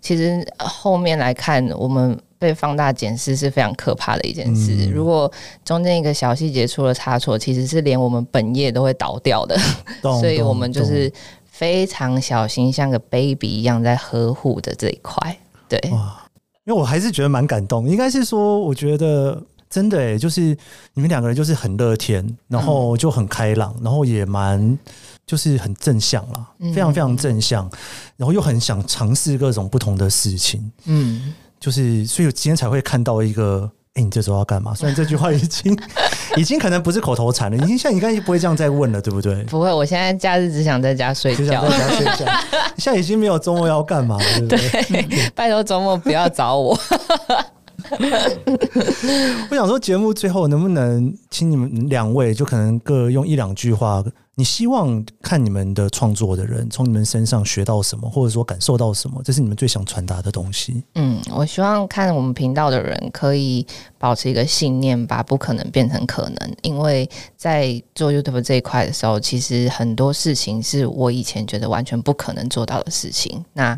S1: 其实呃后面来看，我们被放大检视是非常可怕的一件事。
S3: 嗯
S1: 如果中间一个小细节出了差错，其实是连我们本业都会倒掉的。
S3: 懂
S1: 所以
S3: 懂
S1: 我们就
S3: 懂
S1: 是非常小心，像个 baby 一样在呵护的这一块。对，
S3: 哇，因为我还是觉得蛮感动，应该是说，我觉得真的、欸，就是你们两个人就是很乐天，然
S1: 嗯
S3: 后就很开朗，然后也蛮就是很正向啦，
S1: 嗯
S3: 非常非常正向，然后又很想尝试各种不同的事情，
S1: 嗯。
S3: 就是所以我今天才会看到一个。哎、你这周要干嘛？虽然这句话已 经已经可能不是口头禅了，已经现在应该不会这样再问了，对不对？
S1: 不会，我现在假日只想在家睡
S3: 就想
S1: 觉
S3: 在。家睡觉，
S1: 嗯
S3: 现在已经没有周末要干嘛了，对不对？
S1: 拜托周末不要找我。
S3: 我想说，节目最后能不能请你们两位，就可能各用一两句话，你希望看你们的创作的人从你们身上学到什么，或者说感受到什么，这是你们最想传达的东西。
S1: 嗯，我希望看我们频道的人可以保持一个信念，把不可能变成可能。因为在做 YouTube 这一块的时候，其实很多事情是我以前觉得完全不可能做到的事情。那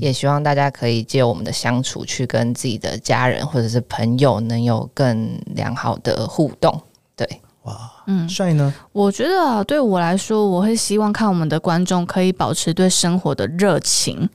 S1: 也希望大家可以借我们的相处，去跟自己的家人或者是朋友能有更良好的互动。对，
S3: 哇，
S4: 嗯，
S3: 帅呢？
S4: 我觉得啊，对我来说，我会希望看我们的观众可以保持对生活的热情，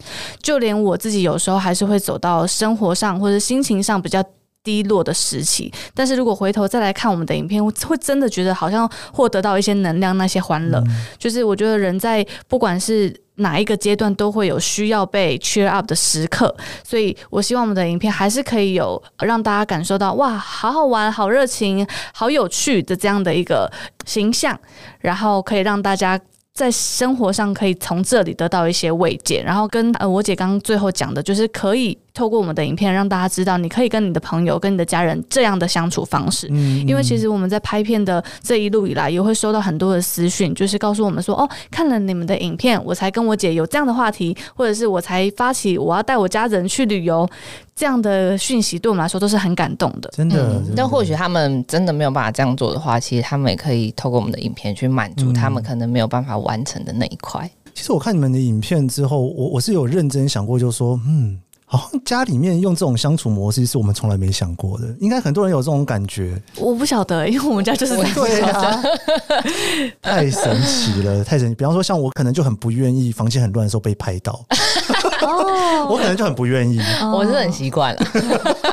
S4: 就连我自己有时候还是会走到生活上或者心情上比较。低落的时期，但是如果回头再来看我们的影片，我会真的觉得好像获得到一些能量，那些欢乐。就是我觉得人在不管是哪一个阶段，都会有需要被 cheer up 的时刻，所以我希望我们的影片还是可以有让大家感受到哇，好好玩、好热情、好有趣的这样的一个形象。然后可以让大家在生活上可以从这里得到一些慰藉。然后跟呃我姐刚刚最后讲的，就是可以透过我们的影片让大家知道，你可以跟你的朋友、跟你的家人这样的相处方式。
S3: 嗯
S4: 因为其实我们在拍片的这一路以来，也会收到很多的私讯，就是告诉我们说，哦，看了你们的影片，我才跟我姐有这样的话题，或者是我才发起我要带我家人去旅游这样的讯息，对我们来说都是很感动的。
S3: 真的，
S1: 嗯
S3: 真，的
S1: 但或许他们真的没有办法这样做的话，其实他们也可以透过我们的影片去满足他们可能没有办法完成的那一块。
S3: 其实我看你们的影片之后，我我是有认真想过，就说，嗯，好像家里面用这种相处模式是我们从来没想过的，应该很多人有这种感觉。
S4: 我不晓得，因为我们家就是这样
S3: 对 啊，太神奇了，太神奇！比方说，像我可能就很不愿意房间很乱的时候被拍到，
S1: 哦
S4: 哦
S3: 我可能就很不愿意。
S1: 我是很习惯了，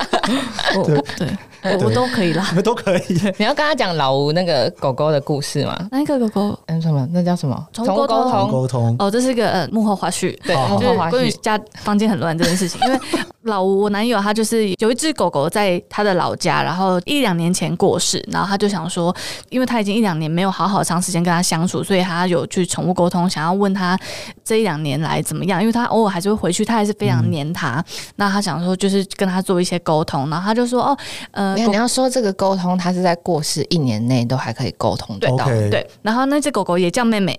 S4: 我
S3: 对
S4: 对，我我都可以啦
S3: 你。们都可 以，
S1: 你要跟他讲老吴那个狗狗的故事吗？
S4: 那个狗狗？
S1: 嗯，什么？那叫什么？
S4: 宠
S1: 宠
S4: 物
S1: 物
S4: 沟
S1: 沟
S4: 通
S1: 通。哦
S3: 沟通。
S4: 哦，这是一个呃幕后花絮。
S1: 对，
S3: 哦好
S1: 幕
S4: 就是
S1: 后花
S4: 关于
S1: 絮。
S4: 家房间很乱这件事情， 因为老吴我男友他就是有一只狗狗在他的老家，然后一两年前过世，然后他就想说，因为他已经一两年没有好好长时间跟他相处，所以他有去宠物沟通，想要问他这一两年来怎么样，因为他偶尔还是会回去，他还是非常黏他。那他想说就是跟他做一些沟通，然后他就说哦，呃，
S1: 没有，
S4: 狗
S1: 你要说这个沟通，它是在过世一年内都还可以沟通得到。
S3: OK，
S4: 对，然后那只狗狗也叫妹妹。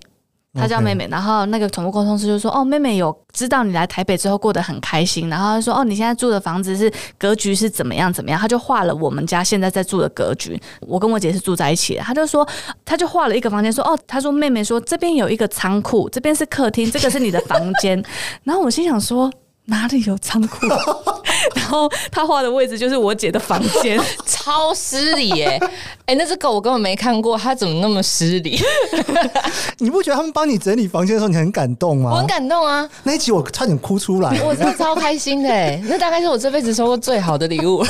S4: 它叫
S3: OK
S4: 妹妹然后那个宠物沟通师就说：“哦，妹妹有知道你来台北之后过得很开心，然后他说哦，你现在住的房子是格局是怎么样怎么样，他就画了我们家现在在住的格局。我跟我姐是住在一起的，他就说他就画了一个房间，说哦，他说妹妹说这边有一个仓库，这边是客厅，这个是你的房间。 然后我心想说哪里有仓库？ 然后他画的位置就是我姐的房间。”
S1: 超失礼耶、 哎、那只狗我根本没看过，它怎么那么失礼？
S3: 你不觉得他们帮你整理房间的时候，你很感动
S1: 我
S3: 吗
S1: 很？感动啊，
S3: 那一集我差点哭出 来。
S1: 我真的超开心的、哎， 那大概是我这辈子收过最好的礼物。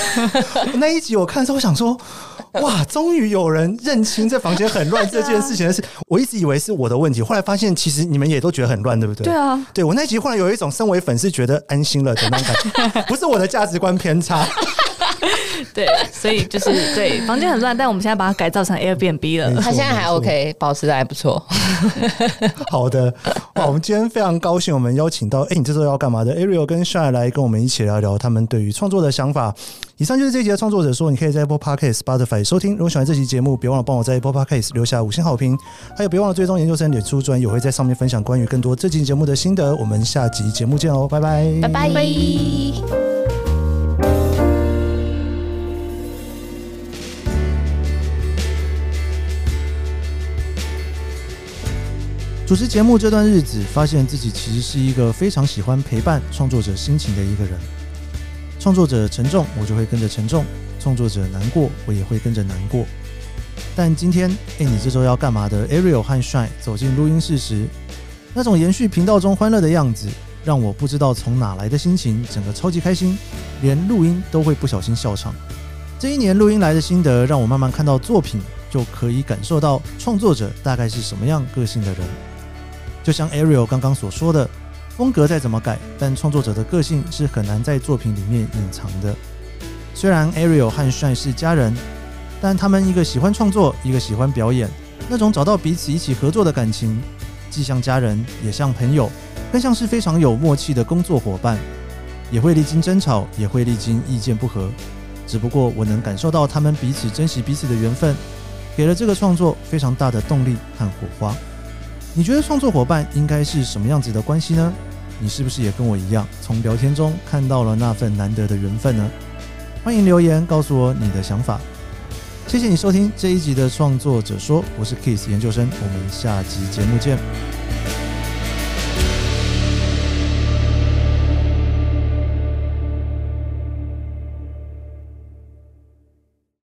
S3: 那一集我看的时候，我想 说，哇，终于有人认清这房间很乱这件事情 的事。我一直以为是我的问题，后来发现其实你们也都觉得很乱，对不对？
S4: 对啊，
S3: 对我那一集忽然有一种身为粉丝觉得安心了的那种 感觉，不是我的价值观偏差。
S4: 对，所以就是对房间很乱，但我们现在把它改造成 Airbnb 了
S3: 没。错
S1: 它现在
S3: 没
S1: 还
S3: 错
S1: OK，保持的还不错。
S3: 好的，哇，我们今天非常高兴，我们邀请到哎、诶你这周要干嘛的 Ariel 跟 Shy 来跟我们一起聊聊他们对于创作的想法。以上就是这一集的创作者说，你可以在 Apple Podcast、Spotify 收听。如果喜欢这期节目，别忘了帮我在 Apple Podcast 留下五星好评，还有别忘了追踪研究生脸书专，也会在上面分享关于更多这期节目的心得。我们下集节目见哦，拜拜，拜
S1: 拜拜。
S2: 主持节目这段日子，发现自己其实是一个非常喜欢陪伴创作者心情的一个人。创作者沉重，我就会跟着沉重；创作者难过，我也会跟着难过。但今天，哎，你这周要干嘛的？Ariel 和 Shine 走进录音室时，那种延续频道中欢乐的样子，让我不知道从哪来的心情，整个超级开心，连录音都会不小心笑场。这一年录音来的心得，让我慢慢看到作品，就可以感受到创作者大概是什么样个性的人。就像 Ariel 刚刚所说的，风格再怎么改，但创作者的个性是很难在作品里面隐藏的。虽然 Ariel 和帅是家人，但他们一个喜欢创作，一个喜欢表演，那种找到彼此一起合作的感情，既像家人，也像朋友，更像是非常有默契的工作伙伴。也会历经争吵，也会历经意见不合，
S3: 只不过我能感受到他们彼此珍惜彼此的缘分，给了这个创作非常大的动力和火花。你觉得创作伙伴应该是什么样子的关系呢？你是不是也跟我一样，从聊天中看到了那份难得的缘分呢？欢迎留言告诉我你的想法。谢谢你收听这一集的创作者说，我是 Kiss 研究生，我们下集节目见。